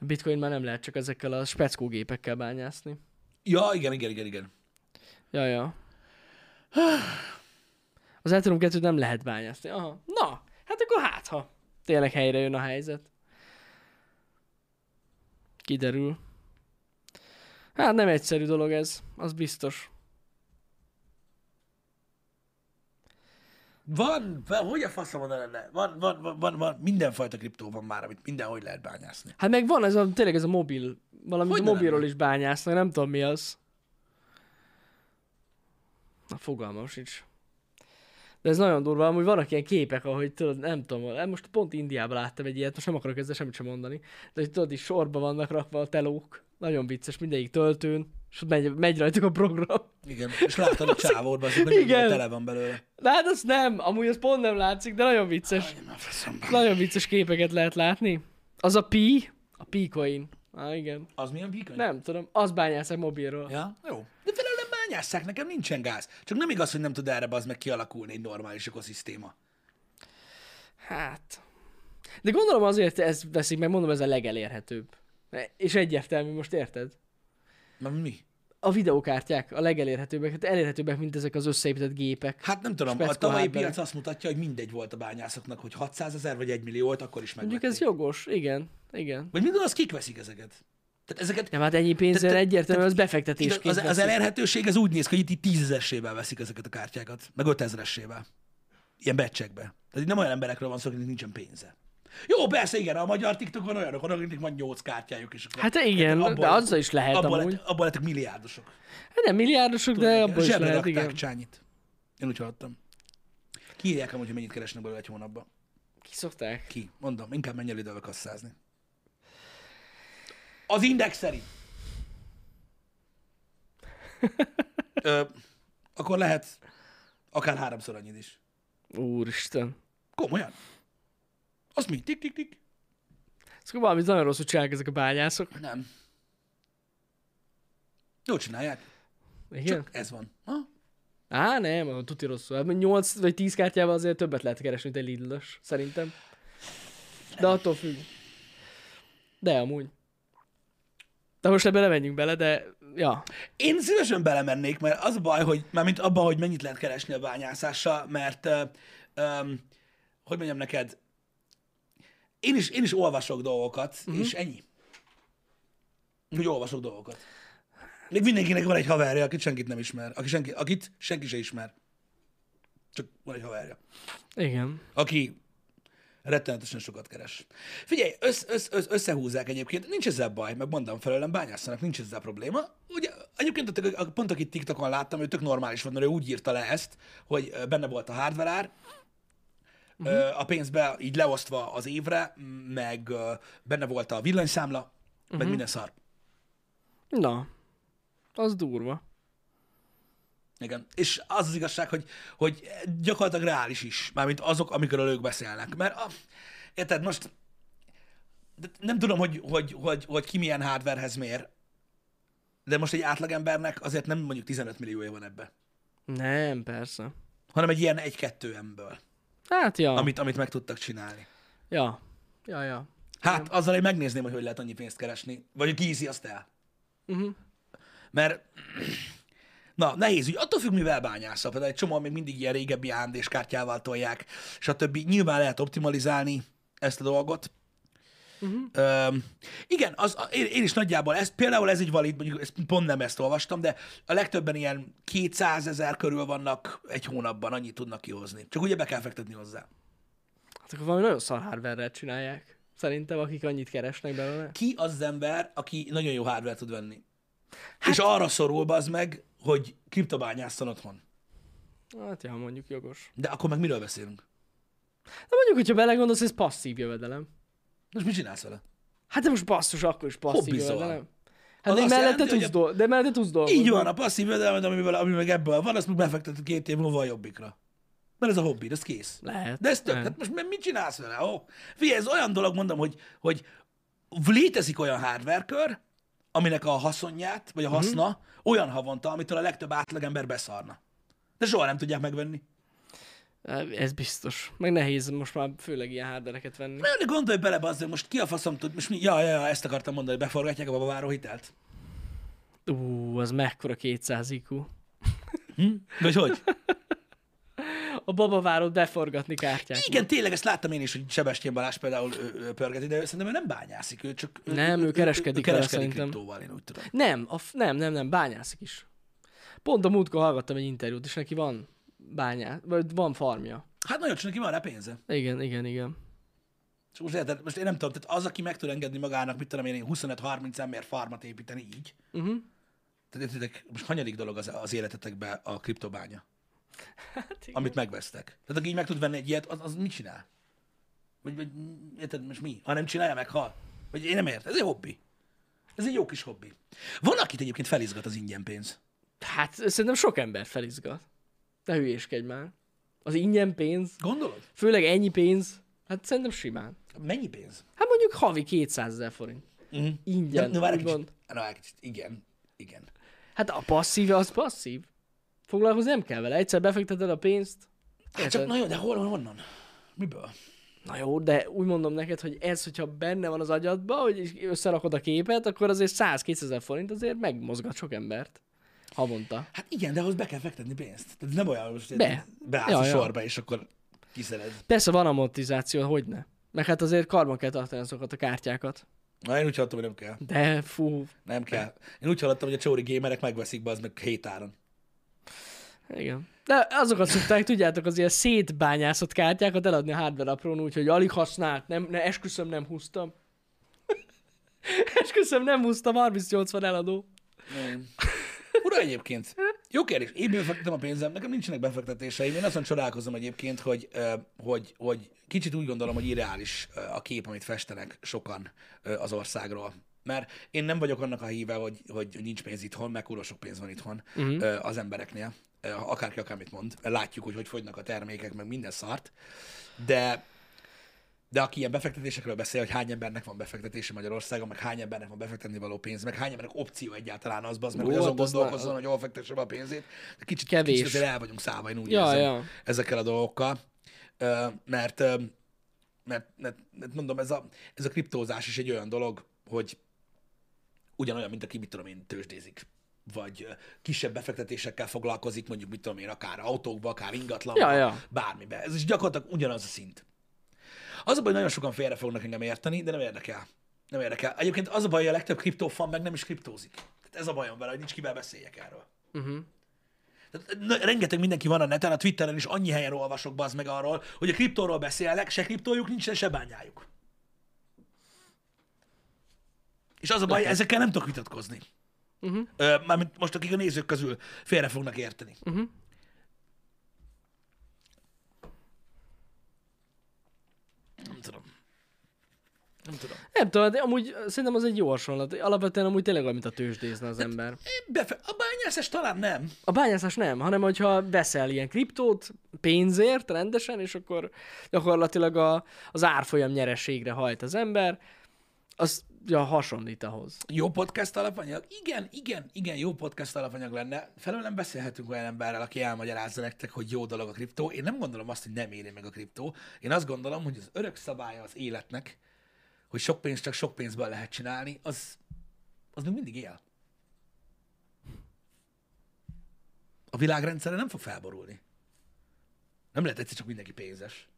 Speaker 2: A bitcoin már nem lehet csak ezekkel a speckó gépekkel bányászni.
Speaker 1: Ja, igen, igen, igen, igen.
Speaker 2: Ja, ja. Az Ethereum 2 nem lehet bányászni. Aha. Na, hát akkor hát ha. Tényleg helyre jön a helyzet. Kiderül. Hát nem egyszerű dolog ez, az biztos.
Speaker 1: Van, van, hogy a faszom oda lenne? Van, van, van, van, van, mindenfajta kriptó van már, amit mindenhogy lehet bányászni.
Speaker 2: Hát meg van ez a, tényleg ez a mobil, valami
Speaker 1: Hogyne
Speaker 2: mobilról
Speaker 1: lenne?
Speaker 2: is bányásznak, nem tudom mi az. Na fogalmam sincs. De ez nagyon durva, amúgy vannak ilyen képek, ahogy tudod, nem tudom, hát most pont Indiában láttam egy ilyet, most nem akarok ezzel semmit sem mondani, de hogy tudod, így sorba vannak rakva a telók, nagyon vicces, mindegyik töltőn, és ott megy, megy rajtuk a program.
Speaker 1: Igen, és láttad a csávót, az, hogy mennyire
Speaker 2: Igen.
Speaker 1: tele van belőle.
Speaker 2: De hát az nem, amúgy az pont nem látszik, de nagyon vicces.
Speaker 1: Nem a faszomba.
Speaker 2: Nagyon vicces képeket lehet látni. Az a Pi, a Pi-coin. Á, igen.
Speaker 1: Az milyen bikany?
Speaker 2: Nem tudom, az bányászák mobilról.
Speaker 1: Ja? Jó. De vele nem bányásszák, nekem nincsen gáz. Csak nem igaz, hogy nem tud erre az meg kialakulni egy normális ökoszisztéma.
Speaker 2: Hát. De gondolom azért ezt veszik, mert mondom, ez a legelérhetőbb. És egyértelmű, most érted?
Speaker 1: Mert mi?
Speaker 2: A videókártyák a legelérhetőbbek, hát elérhetőbbek, mint ezek az összeépített gépek.
Speaker 1: Hát nem tudom, a
Speaker 2: Speckó
Speaker 1: tavalyi
Speaker 2: hardware.
Speaker 1: piac azt mutatja, hogy mindegy volt a bányászoknak, hogy 600 ezer vagy 1 millió volt, akkor is meg.
Speaker 2: Mondjuk ez jogos, igen, igen.
Speaker 1: Vagy mit gondolsz, kik veszik ezeket? Tehát ezeket
Speaker 2: Nem, hát ennyi pénzzel
Speaker 1: Te- te-
Speaker 2: egyértelmű,
Speaker 1: te-
Speaker 2: az
Speaker 1: Tudod,
Speaker 2: befektetésként
Speaker 1: az, az
Speaker 2: veszik.
Speaker 1: elérhetőség ez úgy néz ki, hogy itt tízezesével veszik ezeket a kártyákat, meg ötezeressével. Ilyen becsekbe. Tehát itt nem olyan emberekről van szó, akiknek nincsen pénze. Jó, persze, igen, a magyar TikTokon olyanok, vannak, akiknek van nyolc kártyájuk, és akkor
Speaker 2: Hát igen,
Speaker 1: abból-
Speaker 2: de azzal is lehet
Speaker 1: abból,
Speaker 2: amúgy.
Speaker 1: lett, abból lettek milliárdosok.
Speaker 2: Hát nem milliárdosok, de abból is
Speaker 1: Zsebre
Speaker 2: lehet,
Speaker 1: rakták
Speaker 2: igen.
Speaker 1: Csányit. Én úgy hallottam. Kiírják amúgy, hogy mennyit keresnek belőle egy hónapban.
Speaker 2: Kiszokták.
Speaker 1: Ki? Mondom, inkább menj el időbe kasszázni. Az index szerint. Ö, akkor lehet akár háromszor annyit is.
Speaker 2: Úristen.
Speaker 1: Komolyan. Az mi? Tik, tik, tik.
Speaker 2: Szóval valamit nagyon rosszul csinálják ezek a bányászok.
Speaker 1: Nem. Jól csinálják.
Speaker 2: Igen?
Speaker 1: Csak ez van. Ha?
Speaker 2: Á, nem, a tuti rosszul. Hát 8 vagy 10 kártyával azért többet lehet keresni, mint egy lidl szerintem. De attól függ. De amúgy. De most ebbe nem menjünk bele, de ja.
Speaker 1: Én szívesen belemennék, mert az a baj, hogy mármint abban, hogy mennyit lehet keresni a bányászással, mert ö, öm, hogy mondjam neked, én is, én is olvasok dolgokat, uh-huh. és ennyi. Úgy olvasok dolgokat. Még mindenkinek van egy haverja, akit senkit nem ismer, aki senki, akit senki se ismer. Csak van egy haverja
Speaker 2: Igen.
Speaker 1: aki rettenetesen sokat keres. Figyelj, össz, össz, össz, összehúzzák egyébként, nincs ezzel baj, meg mondom felőlem, bányásznak, nincs ezzel probléma. Ugye, egyébként ott a, a, pont akit TikTokon láttam, ő tök normális volt, mert ő úgy írta le ezt, hogy ö, benne volt a hardware ár, uh-huh. a pénzbe így leosztva az évre, m- meg ö, benne volt a villanyszámla, uh-huh. meg minden szar.
Speaker 2: Na. Az durva.
Speaker 1: Igen. És az az igazság, hogy, hogy gyakorlatilag reális is, mármint azok, amikről ők beszélnek. Mert a, érted, most de nem tudom, hogy, hogy, hogy, hogy ki milyen hardwarehez mér, de most egy átlagembernek azért nem mondjuk 15 milliója van ebbe,
Speaker 2: Nem, persze.
Speaker 1: hanem egy ilyen egy-kettő emből,
Speaker 2: Hát ja.
Speaker 1: amit, amit meg tudtak csinálni.
Speaker 2: Ja. Ja, ja.
Speaker 1: Hát azzal én megnézném, hogy hogy lehet annyi pénzt keresni, vagy hogy kízi azt el.
Speaker 2: Uh-huh.
Speaker 1: Mert Na, nehéz, úgy attól függ, mivel bányászol. Például egy csomóan még mindig ilyen régebbi AMD-s kártyával tolják, stb. Nyilván lehet optimalizálni ezt a dolgot. Uh-huh. Öm, igen, az, a- én, én is nagyjából ezt, például ez egy valid, mondjuk ezt, pont nem ezt olvastam, de a legtöbben ilyen 200 ezer körül vannak egy hónapban, annyit tudnak kihozni. Csak ugye be kell fektetni hozzá.
Speaker 2: Hát akkor valami nagyon szar hardware csinálják. Szerintem, akik annyit keresnek belőle.
Speaker 1: Ki az az ember, aki nagyon jó hardware tud venni? Hát... És arra szorul az meg, hogy kriptobányásztan otthon.
Speaker 2: Hát ja, mondjuk jogos.
Speaker 1: De akkor meg miről beszélünk?
Speaker 2: De mondjuk, hogyha belegondolsz, ez passzív jövedelem.
Speaker 1: Most mit csinálsz vele?
Speaker 2: Hát de most basszus, akkor is passzív
Speaker 1: Hobbizol.
Speaker 2: jövedelem. Hát
Speaker 1: Az
Speaker 2: még
Speaker 1: azt
Speaker 2: mellette,
Speaker 1: jelenti,
Speaker 2: tudsz
Speaker 1: hogy a-
Speaker 2: dol- de mellette tudsz dolgozni.
Speaker 1: Így van, a passzív jövedelmed, ami, ami meg ebből van, azt meg befekteted két év múlva a jobbikra. Mert ez a hobbi, ez kész.
Speaker 2: Lehet.
Speaker 1: De ez tök,
Speaker 2: lehet.
Speaker 1: hát most mi- mit csinálsz vele? Ó, figyelj, ez olyan dolog, mondom, hogy, hogy létezik olyan hardware kör, aminek a haszonját, vagy a haszna olyan havonta, amitől a legtöbb átlagember beszarna. De soha nem tudják megvenni.
Speaker 2: Ez biztos. Meg nehéz most már főleg ilyen hárdereket venni.
Speaker 1: Mert gondolj bele, bazdmeg, most ki a faszom tud, most mi? Ja, ja, ja, ezt akartam mondani, hogy beforgatják a babaváró hitelt.
Speaker 2: Ú, az mekkora 200 IQ.
Speaker 1: Vagy hogy?
Speaker 2: A babavárod beforgatni kártyát.
Speaker 1: Igen, tényleg ezt láttam én is, hogy Sebestyén Balázs például ő, ő pörgeti, de ő szerintem ő nem bányászik, ő csak...
Speaker 2: Nem, ő kereskedik
Speaker 1: ő, ő, ő kereskedik
Speaker 2: vele, szerintem.
Speaker 1: kriptóval, én úgy tudom.
Speaker 2: Nem, a f- nem, nem, nem, bányászik is. Pont a múltkor hallgattam egy interjút, és neki van bányá, vagy van farmja.
Speaker 1: Hát nagyon csak neki van rá pénze.
Speaker 2: Igen, igen, igen.
Speaker 1: És most, érted, most én nem tudom, tehát az, aki meg tud engedni magának, mit tudom én, 25-30 ember farmat építeni így,
Speaker 2: Uh-huh.
Speaker 1: tehát értitek, most hanyadik dolog az, az életetekbe a kriptobánya,
Speaker 2: Hát igen.
Speaker 1: amit megvesztek. Tehát aki így meg tud venni egy ilyet, az, az mit csinál? Vagy, vagy érted, most mi? Ha nem csinálja, meg hal. Vagy én nem értem, ez egy hobbi. Ez egy jó kis hobbi. Van, akit egyébként felizgat az ingyen pénz.
Speaker 2: Hát szerintem sok ember felizgat. Ne hülyéskedj már. Az ingyen pénz,
Speaker 1: Gondolod?
Speaker 2: főleg ennyi pénz, hát szerintem simán.
Speaker 1: Mennyi pénz?
Speaker 2: Hát mondjuk havi 200 ezer forint.
Speaker 1: Uh-huh.
Speaker 2: Ingyen,
Speaker 1: na, várj egy
Speaker 2: úgymond.
Speaker 1: kicsit. Na, várj egy kicsit. Igen. Igen.
Speaker 2: Hát a passzív az passzív. Foglalkozni nem kell vele. Egyszer befekteted a pénzt.
Speaker 1: Hát csak, na jó, de hol, honnan? Miből?
Speaker 2: Na jó, de úgy mondom neked, hogy ez, hogyha benne van az agyadba, hogy is összerakod a képet, akkor azért 100-200 ezer forint azért megmozgat sok embert. Havonta.
Speaker 1: Hát igen, de ahhoz be kell fektetni pénzt. Tehát nem olyan, hogy most
Speaker 2: Be.
Speaker 1: beállsz
Speaker 2: Ja,
Speaker 1: a
Speaker 2: ja.
Speaker 1: sorba, és akkor kiszered.
Speaker 2: Persze van amortizáció, hogy ne. Meg hát azért karban kell tartani azokat a kártyákat.
Speaker 1: Na, én úgy hallottam, hogy nem kell.
Speaker 2: De fú,
Speaker 1: Nem kell. Én úgy hallottam, hogy a csóri gémerek megveszik be az meg hétáron.
Speaker 2: igen. De azokat szokták, tudjátok, az ilyen szétbányászott kártyákat eladni a hardware aprón, úgyhogy alig használt, nem, ne, esküszöm nem húztam. esküszöm nem húztam, 30-80 eladó.
Speaker 1: Nem. Ura egyébként. Jó kérdés. Én befektetem a pénzem, nekem nincsenek befektetéseim. Én azon csodálkozom egyébként, hogy, ö, hogy, hogy kicsit úgy gondolom, hogy irreális ö, a kép, amit festenek sokan ö, az országról. Mert én nem vagyok annak a híve, hogy, hogy nincs pénz itthon, meg kurva sok pénz van itthon uh-huh. az embereknél. Ö, Akárki akármit mond. Látjuk, hogy hogy fogynak a termékek, meg minden szart. De de aki ilyen befektetésekről beszél, hogy hány embernek van befektetése Magyarországon, meg hány embernek van befektetni való pénz, meg hány embernek opció egyáltalán az, az meg, hogy
Speaker 2: Ó,
Speaker 1: azon
Speaker 2: hát az
Speaker 1: gondolkozzon,
Speaker 2: már-
Speaker 1: hogy hol fektesse be a pénzét. De kicsit,
Speaker 2: Kevés.
Speaker 1: kicsit azért el vagyunk szállva, én úgy
Speaker 2: Ja,
Speaker 1: érzem
Speaker 2: ja.
Speaker 1: ezekkel a dolgokkal. Ö, Mert, ö, mert, mert, mert mondom, ez a, ez a kriptózás is egy olyan dolog, hogy ugyanolyan, mint aki, mit tudom én, tőzsdézik vagy ö, kisebb befektetésekkel foglalkozik, mondjuk, mit tudom én, akár autókba, akár ingatlanba,
Speaker 2: Ja, ja.
Speaker 1: bármibe. Ez is gyakorlatilag ugyanaz a szint. Az a baj, nagyon sokan félre fognak engem érteni, de nem érdekel. Nem érdekel. Egyébként az a baj, hogy a legtöbb kriptófan meg nem is kriptózik. Tehát ez a bajom vele, hogy nincs kivel beszéljek erről. Tehát, na, rengeteg mindenki van a neten, a Twitteren is annyi helyen olvasok bazd meg arról, hogy a kriptóról beszélek, se kriptójuk nincsen, se bányájuk. És az a baj, ezekkel nem tudok vitatkozni.
Speaker 2: Mhm.
Speaker 1: Ö, Mármint most, akik a nézők közül félre fognak érteni.
Speaker 2: Mhm.
Speaker 1: Nem tudom. Nem tudom.
Speaker 2: Nem tudom, de amúgy szerintem az egy jó hasonlat. Alapvetően amúgy tényleg olyan, mint a tőzsdézne az ember.
Speaker 1: Én Befe- a bányászás talán nem.
Speaker 2: A bányászás nem, hanem hogyha veszel ilyen kriptót pénzért rendesen, és akkor gyakorlatilag a, az árfolyam nyereségre hajt az ember, az ja, hasonlít ahhoz.
Speaker 1: Jó podcast alapanyag? Igen, igen, igen, jó podcast alapanyag lenne. Felől nem beszélhetünk olyan emberrel, aki elmagyarázza nektek, hogy jó dolog a kriptó. Én nem gondolom azt, hogy nem éri meg a kriptó. Én azt gondolom, hogy az örök szabálya az életnek, hogy sok pénzt csak sok pénzből lehet csinálni, az, az még mindig él. A világrendszere nem fog felborulni. Nem lehet egyszer csak mindenki pénzes.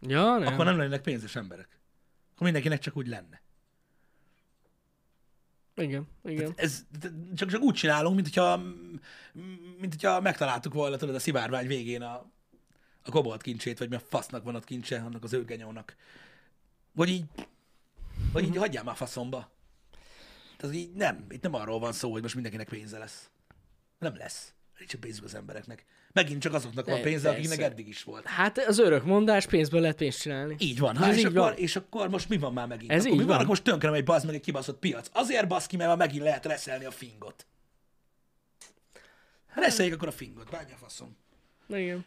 Speaker 2: Ja, nem.
Speaker 1: Akkor nem lennének pénzes emberek. Akkor mindenkinek csak úgy lenne.
Speaker 2: Igen, igen.
Speaker 1: Hát ez, te- csak, csak úgy csinálunk, mint hogyha, m- mint hogyha megtaláltuk volna tudod, a szivárvány végén a, a kobolt kincsét, vagy mi a fasznak van ott kincse, annak az
Speaker 2: Mhm.
Speaker 1: őrgenyónak. Vagy így, vagy így hagyjál már faszomba. Tehát Ez Hát így nem, itt nem arról van szó, hogy most mindenkinek pénze lesz. Nem lesz. Nincs pénzük az embereknek. Megint csak azoknak van
Speaker 2: Ne,
Speaker 1: pénze, akiknek
Speaker 2: persze.
Speaker 1: eddig is volt.
Speaker 2: Hát az örök mondás, pénzből lehet pénzt csinálni.
Speaker 1: Így van.
Speaker 2: Ez
Speaker 1: Hát, és,
Speaker 2: így
Speaker 1: akkor,
Speaker 2: van.
Speaker 1: és akkor most mi van már megint?
Speaker 2: Ez
Speaker 1: akkor
Speaker 2: így
Speaker 1: mi van,
Speaker 2: van.
Speaker 1: akkor most tönkre megy bazd meg egy kibaszott piac. Azért basz ki, mert már megint lehet reszelni a fingot.
Speaker 2: Hát
Speaker 1: Reszeljék akkor a fingot, bánja a faszom.
Speaker 2: Na, igen.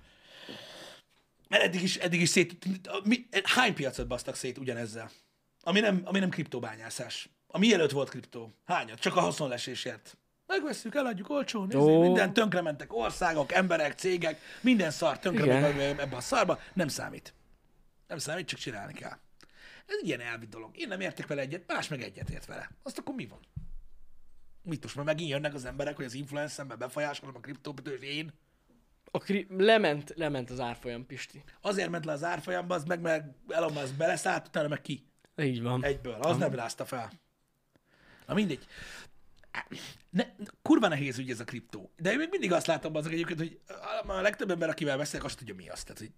Speaker 1: Mert eddig is, eddig is szét... Mi, hány piacot basztak szét ugyanezzel? Ami nem, ami nem kriptobányászás. A mielőtt volt kriptó. Hányat? Csak a haszonlesésért. Megveszünk, eladjuk olcsón, nézni,
Speaker 2: Ó.
Speaker 1: minden tönkrementek, országok, emberek, cégek, minden szar
Speaker 2: Igen.
Speaker 1: tönkrement ebbe a szarba, nem számít. Nem számít, csak csinálni kell. Ez egy ilyen elvi dolog. Én nem értek vele egyet, más meg egyet ért vele. Azt akkor mi van? Mit most már megint jönnek az emberek, hogy az influencerben befolyásolom a kriptópítős én?
Speaker 2: A kri- lement, lement az árfolyam, Pisti.
Speaker 1: Azért ment le az árfolyamba, az meg, meg Elon Musk beleszállt, utána meg ki.
Speaker 2: Így van.
Speaker 1: Egyből. Az nem rázta fel. Na mindegy. Ne, kurva nehéz ügy ez a kriptó. De én még mindig azt látom azok egyébként, hogy a, a legtöbb ember, akivel beszélek, azt tudja mi az. Tehát, hogy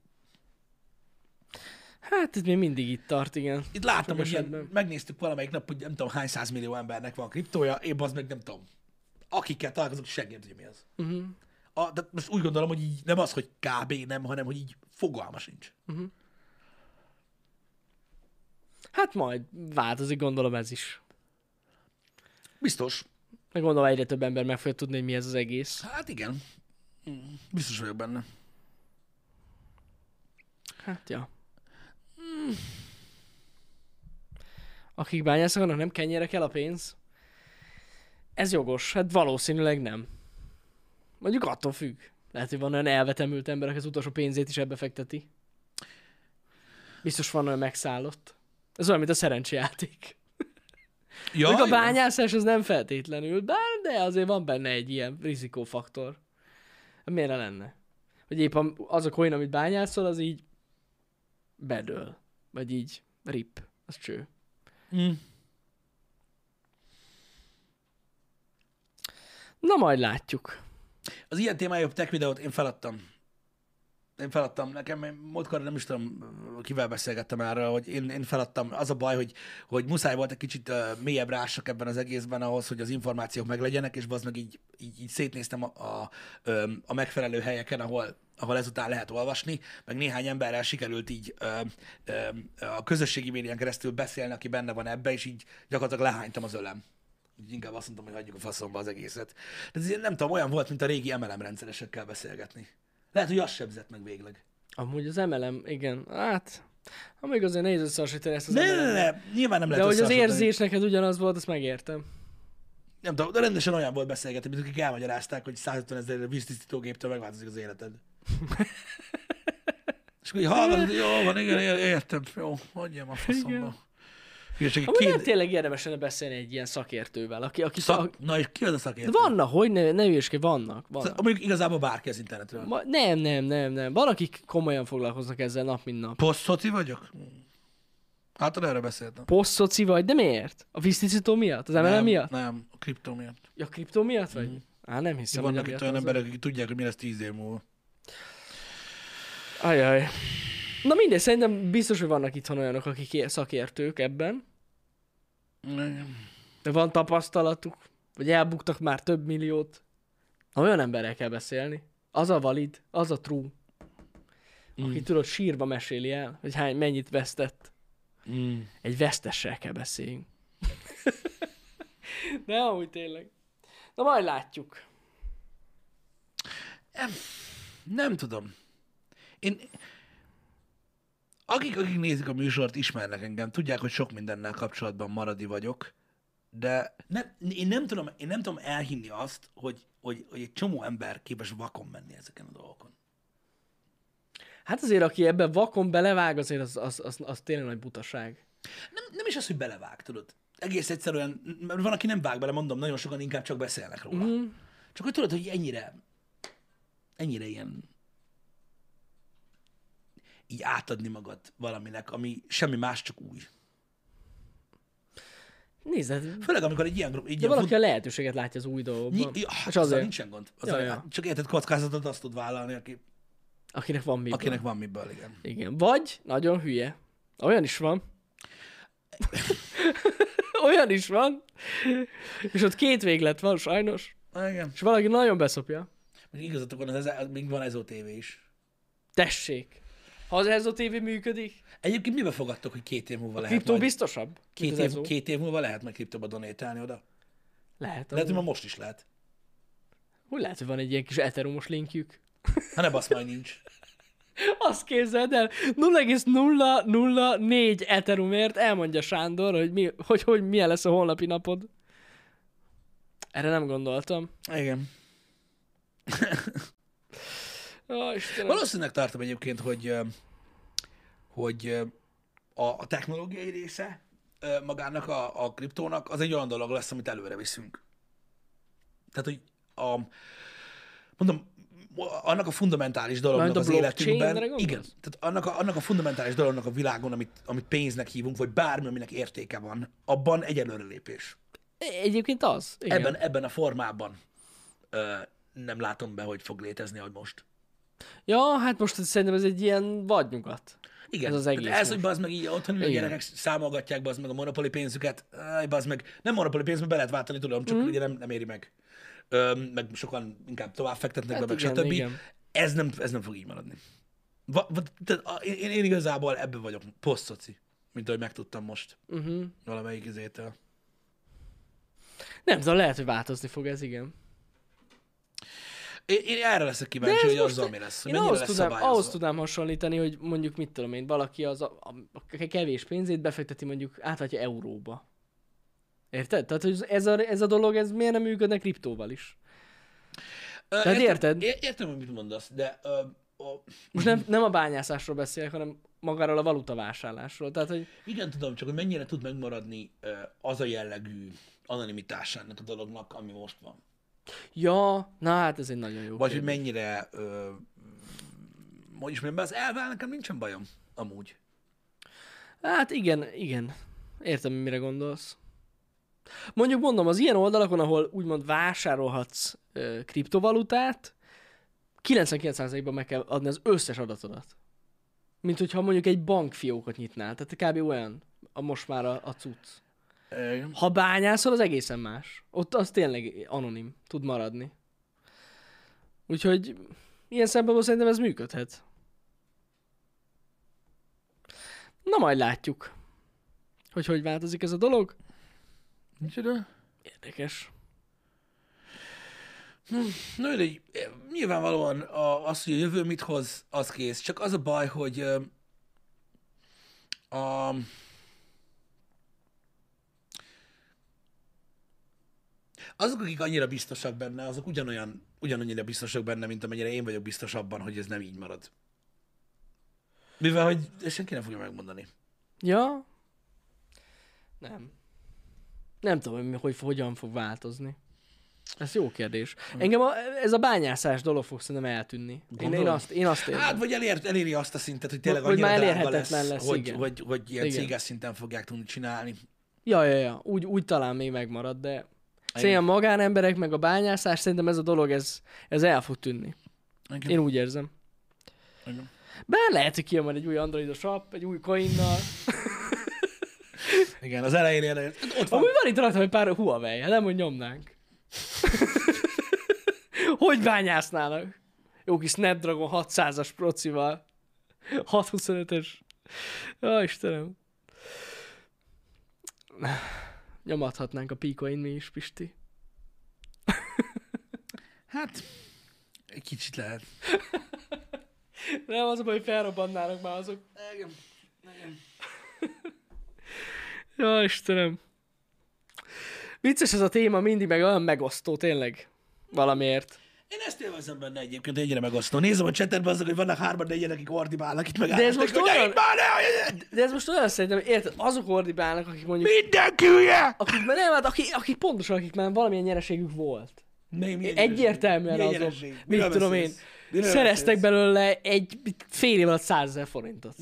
Speaker 2: Hát ez még mindig itt tart, igen.
Speaker 1: itt látom,
Speaker 2: Sok
Speaker 1: hogy ilyen,
Speaker 2: esetben.
Speaker 1: megnéztük valamelyik nap, hogy nem tudom hány százmillió embernek van kriptója, én az meg nem tudom. Akikkel találkozok, senki nem tudja mi az. Uh-huh. A, de most úgy gondolom, hogy így nem az, hogy kb. nem, hanem hogy így fogalma sincs.
Speaker 2: Hát majd változik, gondolom ez is.
Speaker 1: Biztos.
Speaker 2: Meg gondolom egyre több ember meg fogja tudni, hogy mi ez az egész.
Speaker 1: Hát igen. Mm, Biztos vagyok benne.
Speaker 2: Hát, ja. Hmm. Akik bányászok, annak nem kenyére kell a pénz? Ez jogos, hát valószínűleg nem. Mondjuk attól függ. Lehet, hogy van olyan elvetemült ember, aki az utolsó pénzét is ebbe fekteti. Biztos van olyan megszállott. Ez olyan, mint a szerencsejáték.
Speaker 1: Ja,
Speaker 2: Mondjuk a
Speaker 1: igen.
Speaker 2: bányászás az nem feltétlenül, bár de azért van benne egy ilyen rizikófaktor. Miért ne lenne? Hogy épp a- az a coin, amit bányászol, az így bedől. Vagy így rip. Az cső.
Speaker 1: Mm.
Speaker 2: Na majd látjuk.
Speaker 1: Az ilyen témájú tech videót én feladtam. Én feladtam. Nekem én múltkor nem is tudom, kivel beszélgettem erről, hogy én, én feladtam. Az a baj, hogy, hogy muszáj volt egy kicsit uh, mélyebb rássak ebben az egészben ahhoz, hogy az információk meglegyenek, és az meg így, így, így szétnéztem a, a, öm, a megfelelő helyeken, ahol ahol ezután lehet olvasni, meg néhány emberrel sikerült így ö, ö, a közösségi médián keresztül beszélni, aki benne van ebbe, és így gyakorlatilag lehánytam az ölem. Így inkább azt mondtam, hogy hagyjuk a faszomba az egészet. De ez ilyen, nem tudom, olyan volt, mint a régi MLM rendszeresekkel beszélgetni. Lehet, hogy az sebzett meg végleg.
Speaker 2: Amúgy az emelem, igen. Hát, amíg azért nehéz összehasonlítani ezt az
Speaker 1: Ne,
Speaker 2: emelem.
Speaker 1: ne, ne, nyilván nem
Speaker 2: De
Speaker 1: lehet
Speaker 2: hogy az
Speaker 1: összehasonlítani.
Speaker 2: érzés neked ugyanaz volt, azt megértem.
Speaker 1: Nem tudom, de rendesen olyan volt beszélgetni, mint akik elmagyarázták, hogy 150 ezer víztisztítógéptől megváltozik az életed. És akkor így hallgatod, hogy jó van, igen, igen, értem, jó, hagyjam a faszomba.
Speaker 2: Igen.
Speaker 1: És csak egy
Speaker 2: Amúgy nem
Speaker 1: két...
Speaker 2: tényleg érdemes lenne beszélni egy ilyen szakértővel, aki, aki szak...
Speaker 1: Szak... Na és ki az a szakértő?
Speaker 2: Vanna, hogy ne, ne hülyeskedj, vannak, vannak.
Speaker 1: Mondjuk igazából bárki az internetről.
Speaker 2: Ma, nem, nem, nem, nem. Van, akik komolyan foglalkoznak ezzel nap, mint nap.
Speaker 1: Posztszoti vagyok? Hm. Hát erről beszéltem.
Speaker 2: Posztszoci vagy, de miért? A víztisztító miatt? Az MLM miatt?
Speaker 1: Nem, a kriptó miatt.
Speaker 2: Ja, a kriptó miatt vagy? Á, nem hiszem,
Speaker 1: Vannak
Speaker 2: hogy emiatt
Speaker 1: itt olyan
Speaker 2: az-
Speaker 1: emberek, akik tudják, hogy mi lesz tíz év múlva.
Speaker 2: Ajaj. Na mindegy, szerintem biztos, hogy vannak itthon olyanok, akik ilyen szakértők ebben. De van tapasztalatuk, vagy elbuktak már több milliót. Olyan emberrel kell beszélni. Az a valid, az a true. Aki tudod, sírva meséli el, hogy hány, mennyit vesztett.
Speaker 1: Mm.
Speaker 2: Egy vesztessel kell beszéljünk. De amúgy tényleg. Na majd látjuk.
Speaker 1: Nem tudom. Én... Akik, akik nézik a műsort, ismernek engem, tudják, hogy sok mindennel kapcsolatban maradi vagyok, de nem, én, nem tudom, én nem tudom elhinni azt, hogy, hogy, hogy egy csomó ember képes vakon menni ezeken a dolgokon.
Speaker 2: Hát azért, aki ebbe vakon belevág, azért az, az, az, az tényleg nagy butaság.
Speaker 1: Nem, nem is az, hogy belevág, tudod. Egész egyszerűen, mert van, aki nem vág bele, mondom, nagyon sokan inkább csak beszélnek róla.
Speaker 2: Mhm.
Speaker 1: Mm. Csak hogy tudod, hogy ennyire, ennyire ilyen így átadni magad valaminek, ami semmi más, csak új.
Speaker 2: Nézd, hát-
Speaker 1: Főleg, amikor egy ilyen, egy
Speaker 2: de
Speaker 1: ilyen
Speaker 2: valaki a lehetőséget látja az új dolgokban.
Speaker 1: Nyi, ja, hát
Speaker 2: és
Speaker 1: azzal
Speaker 2: azért,
Speaker 1: nincsen gond. Az
Speaker 2: Ja,
Speaker 1: ja, ja.
Speaker 2: ja.
Speaker 1: Csak érted kockázatot azt tud vállalni, aki,
Speaker 2: akinek van mi.
Speaker 1: akinek van miből, igen.
Speaker 2: Igen. Vagy nagyon hülye. Olyan is van. Olyan is van. És ott két véglet van sajnos.
Speaker 1: Igen.
Speaker 2: És valaki nagyon beszopja.
Speaker 1: Még igazatok van, ez, ez, még van EZO TV is.
Speaker 2: Tessék. Ha az EZO TV működik,
Speaker 1: Egyébként mibe fogadtok, hogy két év múlva lehet
Speaker 2: kriptó
Speaker 1: majd,
Speaker 2: biztosabb.
Speaker 1: két,
Speaker 2: mint az EZO.
Speaker 1: év, két év múlva lehet meg kriptóba donétálni oda?
Speaker 2: Lehet.
Speaker 1: Lehet,
Speaker 2: Lehet,
Speaker 1: hogy már most is lehet.
Speaker 2: Úgy lehet, hogy van egy ilyen kis eteromos linkjük.
Speaker 1: Ha ne basz, majd nincs.
Speaker 2: Azt képzeld el, 0,004 eterumért elmondja Sándor, hogy, mi, hogy, hogy milyen lesz a holnapi napod. Erre nem gondoltam.
Speaker 1: Igen.
Speaker 2: Ó, Istenem.
Speaker 1: Valószínűleg tartom egyébként, hogy ö, hogy ö, a, a technológiai része ö, magának a, a kriptónak az egy olyan dolog lesz, amit előre viszünk. Tehát, hogy a, mondom, annak a fundamentális dolognak
Speaker 2: Mármint
Speaker 1: az
Speaker 2: a blockchainre
Speaker 1: életünkben,
Speaker 2: gondolsz?
Speaker 1: igen, tehát annak a, annak a fundamentális dolognak a világon, amit, amit pénznek hívunk, vagy bármi, aminek értéke van, abban egy előrelépés.
Speaker 2: E- Egyébként az. Igen.
Speaker 1: Ebben, ebben a formában ö, nem látom be, hogy fog létezni, ahogy most.
Speaker 2: Ja, hát most ez- szerintem ez egy ilyen vadnyugat.
Speaker 1: Igen.
Speaker 2: Ez az
Speaker 1: Tehát
Speaker 2: egész
Speaker 1: Ez,
Speaker 2: most.
Speaker 1: hogy bazd meg így otthon a
Speaker 2: Igen.
Speaker 1: gyerekek számolgatják, bazd meg a monopoli pénzüket, áj, bazd meg. Nem monopoli pénzbe be lehet váltani, tudom,
Speaker 2: Mhm.
Speaker 1: csak mm. ugye nem, nem éri meg. Öm, meg sokan inkább tovább fektetnek
Speaker 2: Hát
Speaker 1: be, meg
Speaker 2: igen,
Speaker 1: stb.
Speaker 2: igen.
Speaker 1: Ez nem, ez nem fog így maradni. Va, va, tehát a, én, én, én igazából ebben vagyok, posztoci, mint ahogy megtudtam most
Speaker 2: Uh-huh.
Speaker 1: valamelyik izétől.
Speaker 2: Nem tudom, lehet, hogy változni fog ez, igen.
Speaker 1: Én, én erre leszek kíváncsi, hogy az, ami lesz. hogy
Speaker 2: Én
Speaker 1: mennyire
Speaker 2: ahhoz
Speaker 1: lesz
Speaker 2: tudnám,
Speaker 1: szabályozva.
Speaker 2: ahhoz tudnám hasonlítani, hogy mondjuk mit tudom én, valaki az a, a, a kevés pénzét befekteti mondjuk, átváltja euróba. Érted? Tehát hogy ez a, ez a dolog, ez miért nem működne kriptóval is?
Speaker 1: Ö,
Speaker 2: Tehát érted?
Speaker 1: értem, é- értem, hogy mit mondasz, de ö, a,
Speaker 2: Most nem, nem a bányászásról beszélek, hanem magáról a valuta vásárlásról. Tehát, hogy
Speaker 1: Igen, tudom, csak hogy mennyire tud megmaradni ö, az a jellegű anonimitás ennek a dolognak, ami most van.
Speaker 2: ja, na hát ez egy nagyon jó
Speaker 1: Vagy hogy
Speaker 2: kérdés.
Speaker 1: mennyire, ö, hogy is mondjam, be, az elvvel nekem nincsen bajom, amúgy.
Speaker 2: Hát igen, igen. Értem, mire gondolsz. Mondjuk mondom, az ilyen oldalakon, ahol úgymond vásárolhatsz ö, kriptovalutát, 99%-ban meg kell adni az összes adatodat. Mint hogyha mondjuk egy bankfiókot nyitnál. Tehát kb. olyan a most már a, a cucc.
Speaker 1: Igen.
Speaker 2: Ha bányászol, az egészen más. Ott az tényleg anonim tud maradni. Úgyhogy ilyen szempontból szerintem ez működhet. Na majd látjuk, hogy hogy változik ez a dolog.
Speaker 1: Micsoda?
Speaker 2: Érdekes.
Speaker 1: Na, mindegy, eh, nyilvánvalóan a, az, hogy a jövő mit hoz, az kész. Csak az a baj, hogy ö, a... Azok, akik annyira biztosak benne, azok ugyanolyan, ugyanannyira biztosak benne, mint amennyire én vagyok biztos abban, hogy ez nem így marad. Mivel, hogy ezt senki nem fogja megmondani.
Speaker 2: Ja? Nem. Nem tudom, hogy, mi- hogy hogyan fog változni. Ez jó kérdés. Engem a, ez a bányászás dolog fog szerintem eltűnni. Én, én,
Speaker 1: Gondolod?
Speaker 2: azt, én azt érzem.
Speaker 1: Hát, vagy elér, eléri azt a szintet, hogy tényleg
Speaker 2: Vagy- vagy
Speaker 1: annyira
Speaker 2: már
Speaker 1: drága lesz,
Speaker 2: elérhetetlen
Speaker 1: lesz,
Speaker 2: lesz,
Speaker 1: hogy,
Speaker 2: igen.
Speaker 1: hogy, hogy ilyen
Speaker 2: Igen.
Speaker 1: céges szinten fogják tudni csinálni.
Speaker 2: Ja, ja, ja. Úgy, úgy talán még megmarad, de szerintem a magánemberek meg a bányászás, szerintem ez a dolog, ez, ez el fog tűnni.
Speaker 1: Igen.
Speaker 2: Én úgy érzem.
Speaker 1: Igen.
Speaker 2: Bár lehet, hogy kijön majd egy új androidos app, egy új coinnal.
Speaker 1: Igen, az elején elején. Ott van.
Speaker 2: Amúgy van itt rajta egy pár Huawei, hát nem, hogy nyomnánk. hogy bányásznának? Jó kis Snapdragon 600-as procival. 625-ös. Ja, Istenem. Nyomathatnánk a Picoin mi is, Pisti.
Speaker 1: Hát, egy kicsit lehet.
Speaker 2: Nem, az a baj, hogy felrobbannának már azok.
Speaker 1: Igen. Igen.
Speaker 2: Ja, Istenem. Vicces ez a téma, mindig meg olyan megosztó, tényleg. Valamiért.
Speaker 1: Én ezt élvezem benne egyébként, ennyire megosztó. Nézem a csetterben azok, hogy vannak hárman, négyen, akik ordibálnak itt meg. állnak,
Speaker 2: most
Speaker 1: hogy
Speaker 2: olyan-
Speaker 1: ne, itt Már ne,
Speaker 2: De ez most olyan szerintem, érted, azok ordibálnak, akik mondjuk...
Speaker 1: mindenki hülye!
Speaker 2: Akik, már nem, hát akik, akik pontosan, akik már valamilyen nyereségük volt.
Speaker 1: Mi, mi
Speaker 2: Egyértelműen azok, mit tudom én, szereztek belőle egy mit- fél év alatt 100 ezer forintot.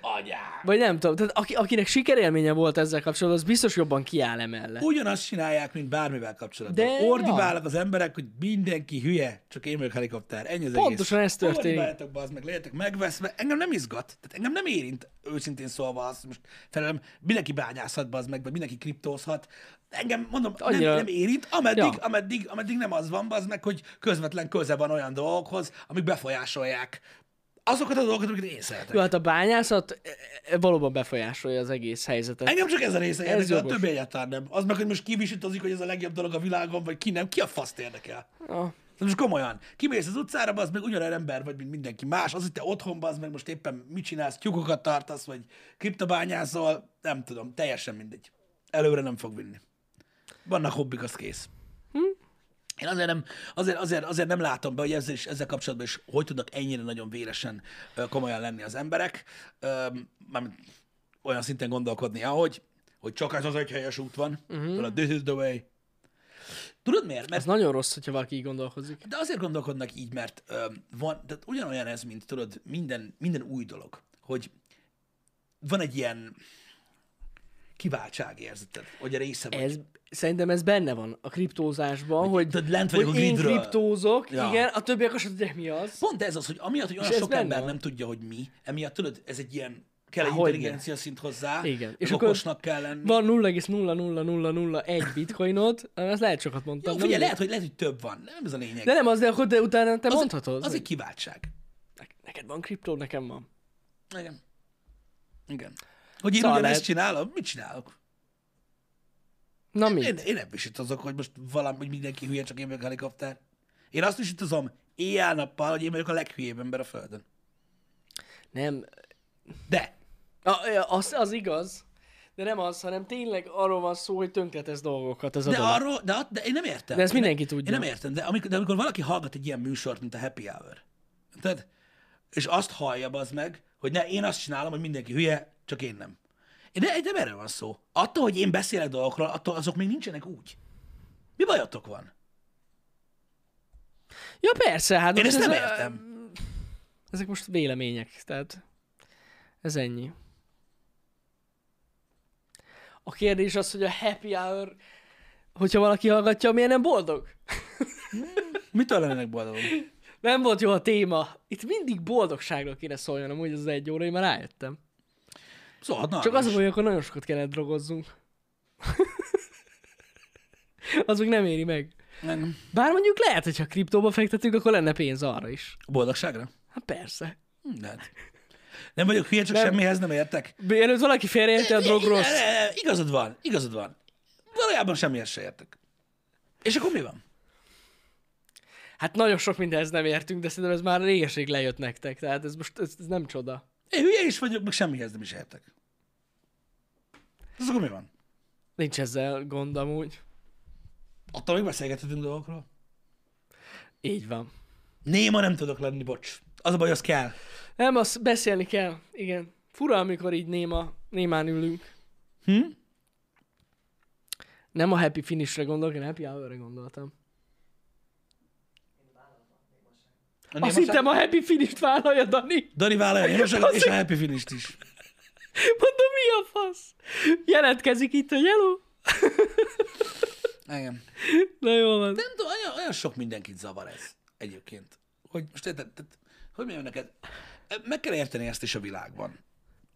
Speaker 1: Anyám.
Speaker 2: Vagy nem tudom, tehát aki, akinek sikerélménye volt ezzel kapcsolatban, az biztos jobban kiáll emellett.
Speaker 1: Ugyanazt csinálják, mint bármivel kapcsolatban.
Speaker 2: De,
Speaker 1: De Ordibálnak az emberek, hogy mindenki hülye, csak én vagyok helikopter. Ennyi az
Speaker 2: Pontosan
Speaker 1: egész.
Speaker 2: ez történik.
Speaker 1: Ordibáljatok be, az meg legyetek megveszve. Engem nem izgat. Tehát engem nem érint, őszintén szólva, azt most felelem, mindenki bányászhat be, az meg, vagy mindenki kriptózhat. Engem, mondom,
Speaker 2: Annyira-
Speaker 1: nem, nem érint, ameddig,
Speaker 2: Ja.
Speaker 1: ja. ameddig, ameddig nem az van, az meg, hogy közvetlen köze van olyan dolgokhoz, amik befolyásolják azokat a dolgokat, amiket én szeretek.
Speaker 2: Jó, hát a bányászat eh, eh, valóban befolyásolja az egész helyzetet.
Speaker 1: Engem csak ez a része érdekel, a
Speaker 2: jogos.
Speaker 1: többi egyáltalán nem. Az meg, hogy most ki visítozik, hogy ez a legjobb dolog a világon, vagy ki nem, ki a faszt érdekel.
Speaker 2: Ja.
Speaker 1: De most komolyan, kimész az utcára, az meg ugyanolyan ember vagy, mint mindenki más. Az, hogy te otthon az meg most éppen mit csinálsz, tyúkokat tartasz, vagy kriptobányászol, nem tudom, teljesen mindegy. Előre nem fog vinni. Vannak hobbik, az kész. Én azért nem, azért, azért, azért nem látom be, hogy ezzel, is, ezzel kapcsolatban is hogy tudnak ennyire nagyon véresen ö, komolyan lenni az emberek. Ö, Mármint olyan szinten gondolkodni, ahogy, hogy csak ez az egy helyes út van.
Speaker 2: Mhm.
Speaker 1: Uh-huh. Tudod, this is the way. Tudod miért? Mert
Speaker 2: Ez nagyon rossz, hogyha valaki így gondolkozik.
Speaker 1: de azért gondolkodnak így, mert ö, van, tehát ugyanolyan ez, mint tudod, minden, minden új dolog, hogy van egy ilyen kiváltságérzeted, hogy a része vagy.
Speaker 2: Ez, szerintem ez benne van a kriptózásban, hogy,
Speaker 1: tudod, lent vagyok
Speaker 2: hogy
Speaker 1: a
Speaker 2: én
Speaker 1: gridről.
Speaker 2: kriptózok,
Speaker 1: Ja.
Speaker 2: ja. igen, a többiek azt sem tudják, mi az.
Speaker 1: Pont ez az, hogy amiatt, hogy olyan
Speaker 2: És ez
Speaker 1: sok
Speaker 2: benne
Speaker 1: ember
Speaker 2: van.
Speaker 1: nem tudja, hogy mi, emiatt tudod, ez egy ilyen, kell egy
Speaker 2: Há, hogyne.
Speaker 1: intelligencia szint hozzá,
Speaker 2: Igen.
Speaker 1: És
Speaker 2: És akkor-
Speaker 1: okosnak kell lenni.
Speaker 2: Van 0,00001 bitcoinod, ezt lehet sokat mondtam.
Speaker 1: Jó,
Speaker 2: nem
Speaker 1: figyelj, lehet, hogy, lehet, hogy több van, nem ez a lényeg.
Speaker 2: De nem az, de akkor de utána te az, mondhatod.
Speaker 1: az
Speaker 2: Az,
Speaker 1: egy kiváltság.
Speaker 2: Neked van kriptó, nekem van.
Speaker 1: Igen. Igen. Hogy én
Speaker 2: Szóval
Speaker 1: ugyanezt
Speaker 2: lehet.
Speaker 1: csinálom, mit csinálok?
Speaker 2: Na mi?
Speaker 1: Én, én nem visítozok, hogy most valami, hogy mindenki hülye, csak én vagyok a helikopter. Én azt visítozom éjjel-nappal, hogy én vagyok a leghülyébb ember a Földön.
Speaker 2: Nem.
Speaker 1: De
Speaker 2: A, az, az igaz, de nem az, hanem tényleg arról van szó, hogy tönkretesz dolgokat ez a
Speaker 1: De
Speaker 2: dolog.
Speaker 1: arról, de, de én nem értem.
Speaker 2: De ezt
Speaker 1: Én-
Speaker 2: mindenki tudja.
Speaker 1: Én nem értem, de amikor, de amikor valaki hallgat egy ilyen műsort, mint a Happy Hour, tehát, és azt hallja az meg, hogy ne, én azt csinálom, hogy mindenki hülye, csak én nem. Én de, nem erről van szó. Attól, hogy én beszélek dolgokról, attól azok még nincsenek úgy. Mi bajotok van?
Speaker 2: Ja persze, hát
Speaker 1: Én
Speaker 2: most
Speaker 1: ezt nem
Speaker 2: ez-
Speaker 1: értem.
Speaker 2: Ezek most vélemények, tehát ez ennyi. A kérdés az, hogy a happy hour, hogyha valaki hallgatja, miért nem boldog?
Speaker 1: Mitől lennének boldogok?
Speaker 2: Nem volt jó a téma. Itt mindig boldogságról kéne szóljon, amúgy az egy óra, én már rájöttem.
Speaker 1: Szólhatnak.
Speaker 2: Csak az a baj, hogy akkor nagyon sokat kellene drogozzunk. az még nem éri meg.
Speaker 1: Nem.
Speaker 2: Bár mondjuk lehet, hogyha kriptóba fektetünk, akkor lenne pénz arra is.
Speaker 1: A boldogságra?
Speaker 2: Hát persze.
Speaker 1: Hm, Nem. Nem vagyok hülye, csak nem. semmihez nem értek.
Speaker 2: Mielőtt valaki félreérte a drog
Speaker 1: I-
Speaker 2: rossz.
Speaker 1: i- i- Igazad van, igazad van. Valójában semmihez se értek. És akkor mi van?
Speaker 2: Hát nagyon sok mindenhez nem értünk, de szerintem ez már régeség lejött nektek, tehát ez most ez, ez nem csoda.
Speaker 1: Én hülye is vagyok, meg semmihez nem is értek. Ez akkor mi van?
Speaker 2: Nincs ezzel gond amúgy.
Speaker 1: Attól még beszélgethetünk dolgokról.
Speaker 2: Így van.
Speaker 1: Néma nem tudok lenni, bocs. Az a baj, az kell.
Speaker 2: Nem, azt beszélni kell, igen. Fura, amikor így néma, némán ülünk.
Speaker 1: Hm?
Speaker 2: Nem a happy finishre gondolok, én happy hour gondoltam.
Speaker 1: A
Speaker 2: Azt
Speaker 1: némaság...
Speaker 2: hittem a happy finisht vállalja, Dani.
Speaker 1: Dani vállalja a némaságot és a happy finisht is.
Speaker 2: Mondom, mi a fasz? Jelentkezik itt a jeló?
Speaker 1: Igen.
Speaker 2: Na jó van.
Speaker 1: Nem tudom, olyan, olyan sok mindenkit zavar ez egyébként. Hogy most érted, tehát, hogy mondjam neked, meg kell érteni ezt is a világban.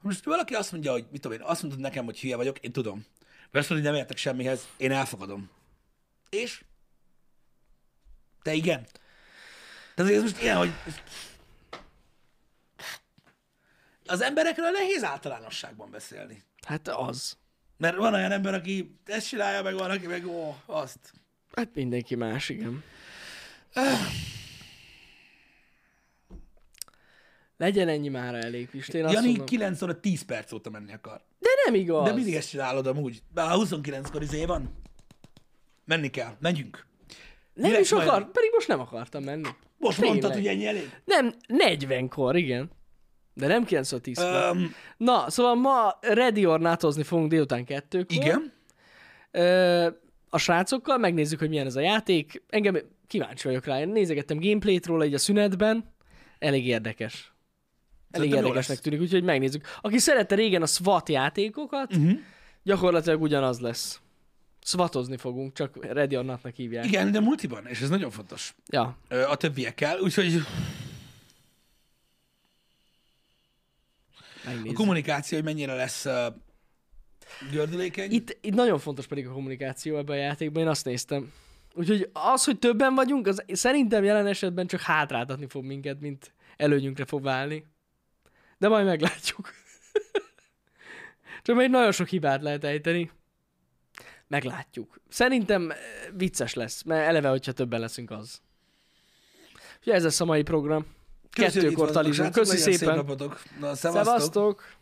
Speaker 1: Most valaki azt mondja, hogy mit tudom én, azt mondod nekem, hogy hülye vagyok, én tudom. De azt mondod, hogy nem értek semmihez, én elfogadom. És? Te igen. Tehát ez most ilyen, hogy... Az emberekről nehéz általánosságban beszélni.
Speaker 2: Hát az.
Speaker 1: Mert van olyan ember, aki ezt csinálja, meg van, aki meg ó, azt.
Speaker 2: Hát mindenki más, igen. Legyen ennyi már elég, Pistén, azt
Speaker 1: Jani
Speaker 2: mondom.
Speaker 1: 9 óra 10 perc óta menni akar.
Speaker 2: De nem igaz.
Speaker 1: De mindig ezt csinálod amúgy. Már 29-kor izé van. Menni kell. Menjünk.
Speaker 2: nem
Speaker 1: Direkt
Speaker 2: is akar,
Speaker 1: majd-
Speaker 2: pedig most nem akartam menni.
Speaker 1: Most
Speaker 2: Tényleg.
Speaker 1: mondtad, hogy ennyi elég.
Speaker 2: Nem, 40-kor, igen. De nem 9 10 um,
Speaker 1: Um,
Speaker 2: Na, szóval ma Ready or Notozni fogunk délután kettőkor.
Speaker 1: igen.
Speaker 2: Ö, a srácokkal, megnézzük, hogy milyen ez a játék. Engem kíváncsi vagyok rá. Én nézegettem gameplayt róla így a szünetben. Elég érdekes. Elég
Speaker 1: Szerintem jó
Speaker 2: érdekesnek
Speaker 1: lesz.
Speaker 2: tűnik, úgyhogy megnézzük. Aki szerette régen a SWAT játékokat,
Speaker 1: Mhm.
Speaker 2: uh-huh. gyakorlatilag ugyanaz lesz. Swatozni fogunk, csak Ready or Not-nak hívják. Igen.
Speaker 1: Igen, de multiban, és ez nagyon fontos.
Speaker 2: Ja,
Speaker 1: Ö, A többiekkel, úgyhogy a
Speaker 2: megnézzük.
Speaker 1: kommunikáció, hogy mennyire lesz ö, gördülékeny.
Speaker 2: Itt, itt nagyon fontos pedig a kommunikáció ebben a játékban, én azt néztem. Úgyhogy az, hogy többen vagyunk, az szerintem jelen esetben csak hátráltatni fog minket, mint előnyünkre fog válni. De majd meglátjuk. csak még nagyon sok hibát lehet ejteni. Meglátjuk. Szerintem eh, vicces lesz, mert eleve, hogyha többen leszünk az. Ugye ez lesz a mai program.
Speaker 1: Köszi, hogy itt
Speaker 2: Kettőkor
Speaker 1: voltatok,
Speaker 2: talizunk.
Speaker 1: srácok,
Speaker 2: Köszi
Speaker 1: legyen szép
Speaker 2: szépen.
Speaker 1: napotok. Na, szevasztok.
Speaker 2: Szevasztok.